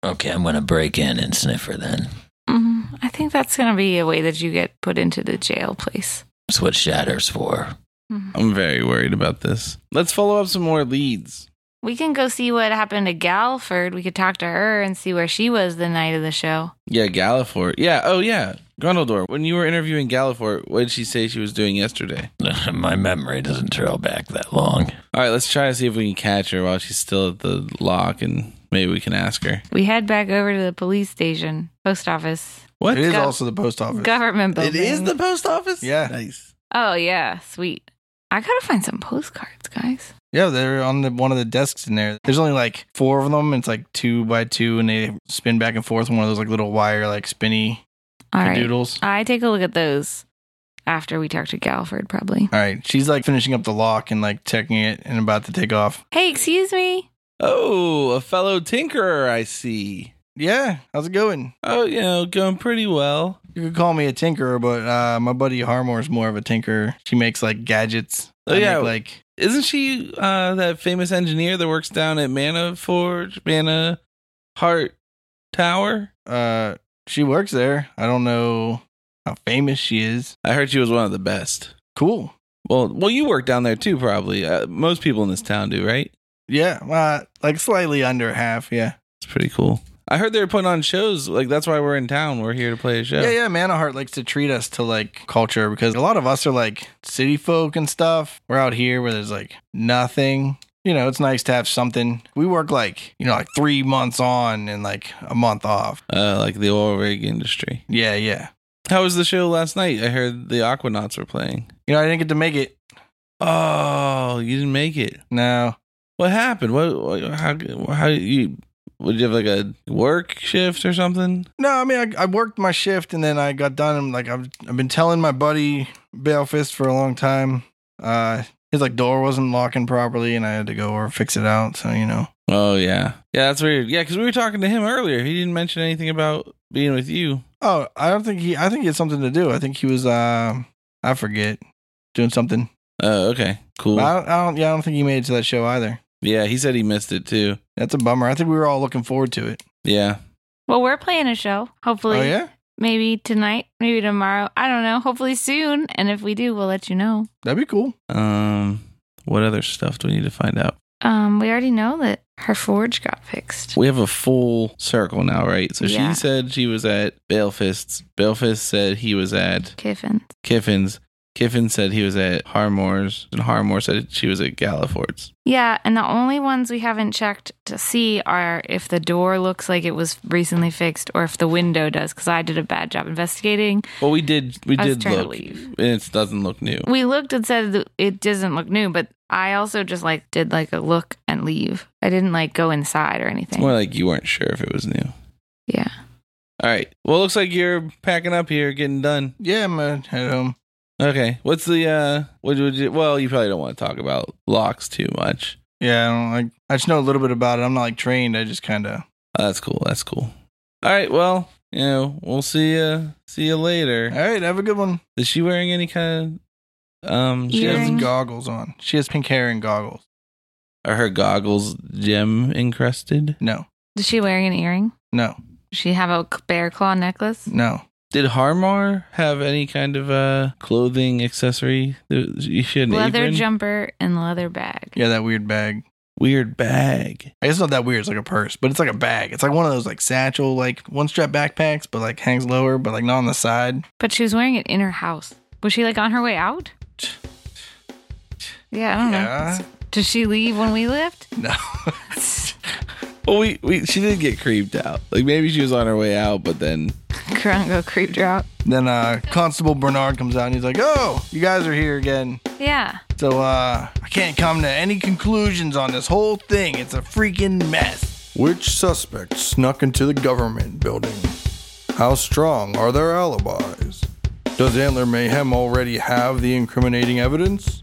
S4: Okay, I'm gonna break in and sniffer then.
S2: Mm, I think that's gonna be a way that you get put into the jail place.
S4: That's what Shatter's for. [laughs]
S6: I'm very worried about this. Let's follow up some more leads.
S2: We can go see what happened to Galford. We could talk to her and see where she was the night of the show.
S6: Yeah, Gallifort. Yeah. Oh, yeah. Grundledor. When you were interviewing Gallifort, what did she say she was doing yesterday?
S4: my memory doesn't trail back that long.
S6: All right, let's try to see if we can catch her while she's still at the lock, and maybe we can ask her.
S2: We head back over to the police station, post office,
S6: What?
S3: It is
S2: Gov-
S3: also the post office.
S2: government building.
S6: It is the post office.
S3: Yeah.
S6: Nice.
S2: Oh yeah, sweet. I gotta find some postcards, guys.
S3: yeah, they're on the one of the desks in there. There's only like four of them. and It's like two by two, and they spin back and forth. in One of those like little wire, like spinny
S2: All right.
S3: doodles.
S2: I take a look at those after we talk to Galford, probably.
S3: All right, she's like finishing up the lock and like checking it and about to take off.
S2: Hey, excuse me.
S6: Oh, a fellow tinkerer, I see.
S3: Yeah, how's it going?
S6: Oh, you know, going pretty well.
S3: You could call me a tinkerer, but uh, my buddy Harmore's more of a tinkerer. She makes like gadgets.
S6: Oh,
S3: I
S6: yeah.
S3: make, like
S6: Isn't she uh, that famous engineer that works down at Mana Forge, Mana Heart Tower?
S3: uh, she works there. I don't know how famous she is.
S6: I heard she was one of the best.
S3: Cool.
S6: Well, well, you work down there too, probably. Uh, most people in this town do, right?
S3: Yeah, uh, like slightly under half. Yeah.
S6: It's pretty cool. I heard they were putting on shows. Like that's why we're in town. We're here to play a show.
S3: Yeah, yeah. Manaheart likes to treat us to like culture because a lot of us are like city folk and stuff. We're out here where there's like nothing. You know, it's nice to have something. We work like, you know, like three months on and like a month off.
S6: Uh, like the oil rig industry.
S3: Yeah, yeah.
S6: How was the show last night? I heard the Aquanauts were playing.
S3: You know, I didn't get to make it.
S6: Oh, you didn't make it.
S3: No.
S6: What happened? What? what- How? How you? Would you have like a work shift or something?
S3: No, I mean, I, I worked my shift and then I got done. And like, I've, I've been telling my buddy Balefist for a long time. Uh, his like door wasn't locking properly and I had to go over and fix it out. So, you know.
S6: Oh yeah, yeah. That's weird. Yeah, because we were talking to him earlier. He didn't mention anything about being with you.
S3: Oh, I don't think he. I think he had something to do. I think he was. Um, I forget, doing something.
S6: Oh, okay, cool.
S3: But I don't, I don't. Yeah, I don't think he made it to that show either.
S6: Yeah, he said he missed it too.
S3: That's a bummer. I think we were all looking forward to it.
S6: Yeah,
S2: Well, we're playing a show. Hopefully,
S3: Oh yeah,
S2: maybe tonight, maybe tomorrow. I don't know. Hopefully soon. And if we do, we'll let you know.
S3: that'd be cool.
S6: Um, what other stuff do we need to find out?
S2: Um, we already know that her forge got fixed.
S6: We have a full circle now, right? So
S2: Yeah.
S6: she said she was at Balefist's. Balefist said he was at
S2: Kiffin.
S6: Kiffin's. Kiffin said he was at Harmore's, and Harmore said she was at Galliford's.
S2: Yeah, and the only ones we haven't checked to see are if the door looks like it was recently fixed or if the window does, because I did a bad job investigating.
S6: Well, we did, we
S2: I was
S6: did
S2: trying to
S6: look,
S2: leave.
S6: and it doesn't look new.
S2: We looked and said that it doesn't look new, but I also just like did like a look and leave. I didn't like go inside or anything.
S6: More like you weren't sure if it was new.
S2: Yeah.
S6: All right. Well, looks like you're packing up here, getting done.
S3: Yeah, I'm gonna head home.
S6: Okay. What's the uh? What would you? Well, you probably don't want to talk about locks too much.
S3: Yeah, I don't like. I just know a little bit about it. I'm not like trained. I just kind of.
S6: Oh, that's cool. That's cool. All right. Well, you know, we'll see you. See you
S3: All
S6: later.
S3: right, have a good one.
S6: Is she wearing any kind of um?
S3: She has
S2: Earrings.
S3: goggles on. She has pink hair and goggles.
S6: Are her goggles gem encrusted?
S3: No,
S2: Is she wearing an earring?
S3: no,
S2: Does she have a bear claw necklace?
S3: no.
S6: Did Harmar have any kind of uh clothing accessory? There- She had an
S2: leather
S6: apron?
S2: jumper and leather bag.
S3: Yeah, that weird bag.
S6: weird bag.
S3: I guess it's not that weird. It's like a purse, but it's like a bag. It's like one of those like satchel, like one strap backpacks, but like hangs lower, but like not on the side.
S2: But she was wearing it in her house. Was she like on her way out? Yeah, I don't
S3: Yeah.
S2: know. Did she leave when we left?
S3: No. [laughs]
S6: Well, we, we she did get creeped out. Like maybe she was on her way out, but then
S2: Karango creeped her out.
S3: then uh, Constable Bernard comes out and he's like, "Oh, you guys are here again.
S2: Yeah.
S3: So uh, I can't come to any conclusions on this whole thing. It's a freaking mess."
S10: Which suspect snuck into the government building? How strong are their alibis? Does Antler Mayhem already have the incriminating evidence?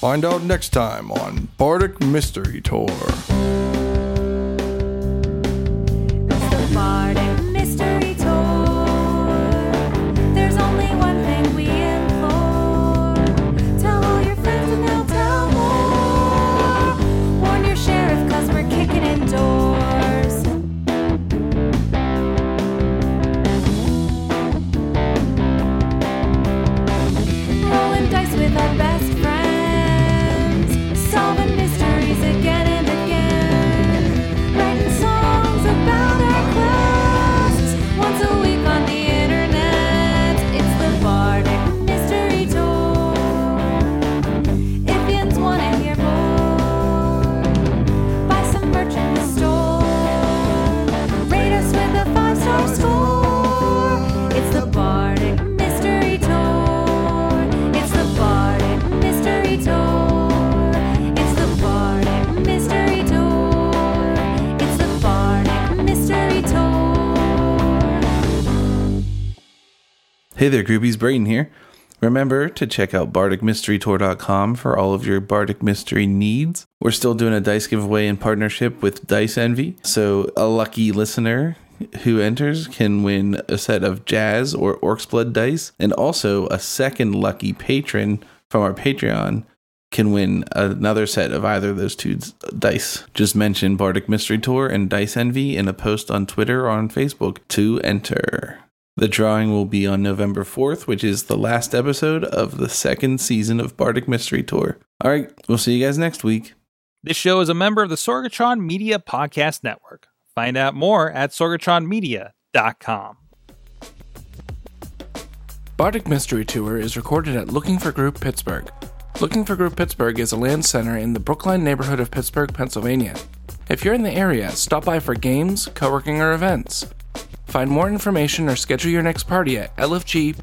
S10: Find out next time on Bardic Mystery Tour.
S5: The Bardic Mystery Tour. There's only one thing we implore. Tell all your friends and they'll tell more. Warn your sheriff cause we're kicking in doors. Rolling dice with our best friends. Solving mysteries again and again. Writing songs about our quests once a week on the internet. It's the Bardic Mystery Tour. If you want to hear more, buy some merch in the store. Rate us with a five star score. It's the Bardic Mystery Tour. It's the Bardic Mystery Tour. It's the Bardic Mystery Tour. It's the Bardic Mystery Tour.
S11: Hey there, groupies. Brayden here. Remember to check out bardicmysterytour.com for all of your bardic mystery needs. We're still doing a dice giveaway in partnership with Dice Envy, so a lucky listener who enters can win a set of jazz or orc's blood dice and also a second lucky patron from our Patreon
S6: can win another set of either of those two d- dice. Just mention Bardic Mystery Tour and Dice Envy in a post on Twitter or on Facebook to enter. The drawing will be on November 4th, which is the last episode of the second season of Bardic Mystery Tour. All right, we'll see you guys next week.
S12: This show is a member of the Sorgatron Media Podcast Network. Find out more at sorgatronmedia.com.
S13: Bardic Mystery Tour is recorded at Looking for Group Pittsburgh. Looking for Group Pittsburgh is a land center in the Brookline neighborhood of Pittsburgh, Pennsylvania. If you're in the area, stop by for games, co working, or events. Find more information or schedule your next party at lfgpgh.com.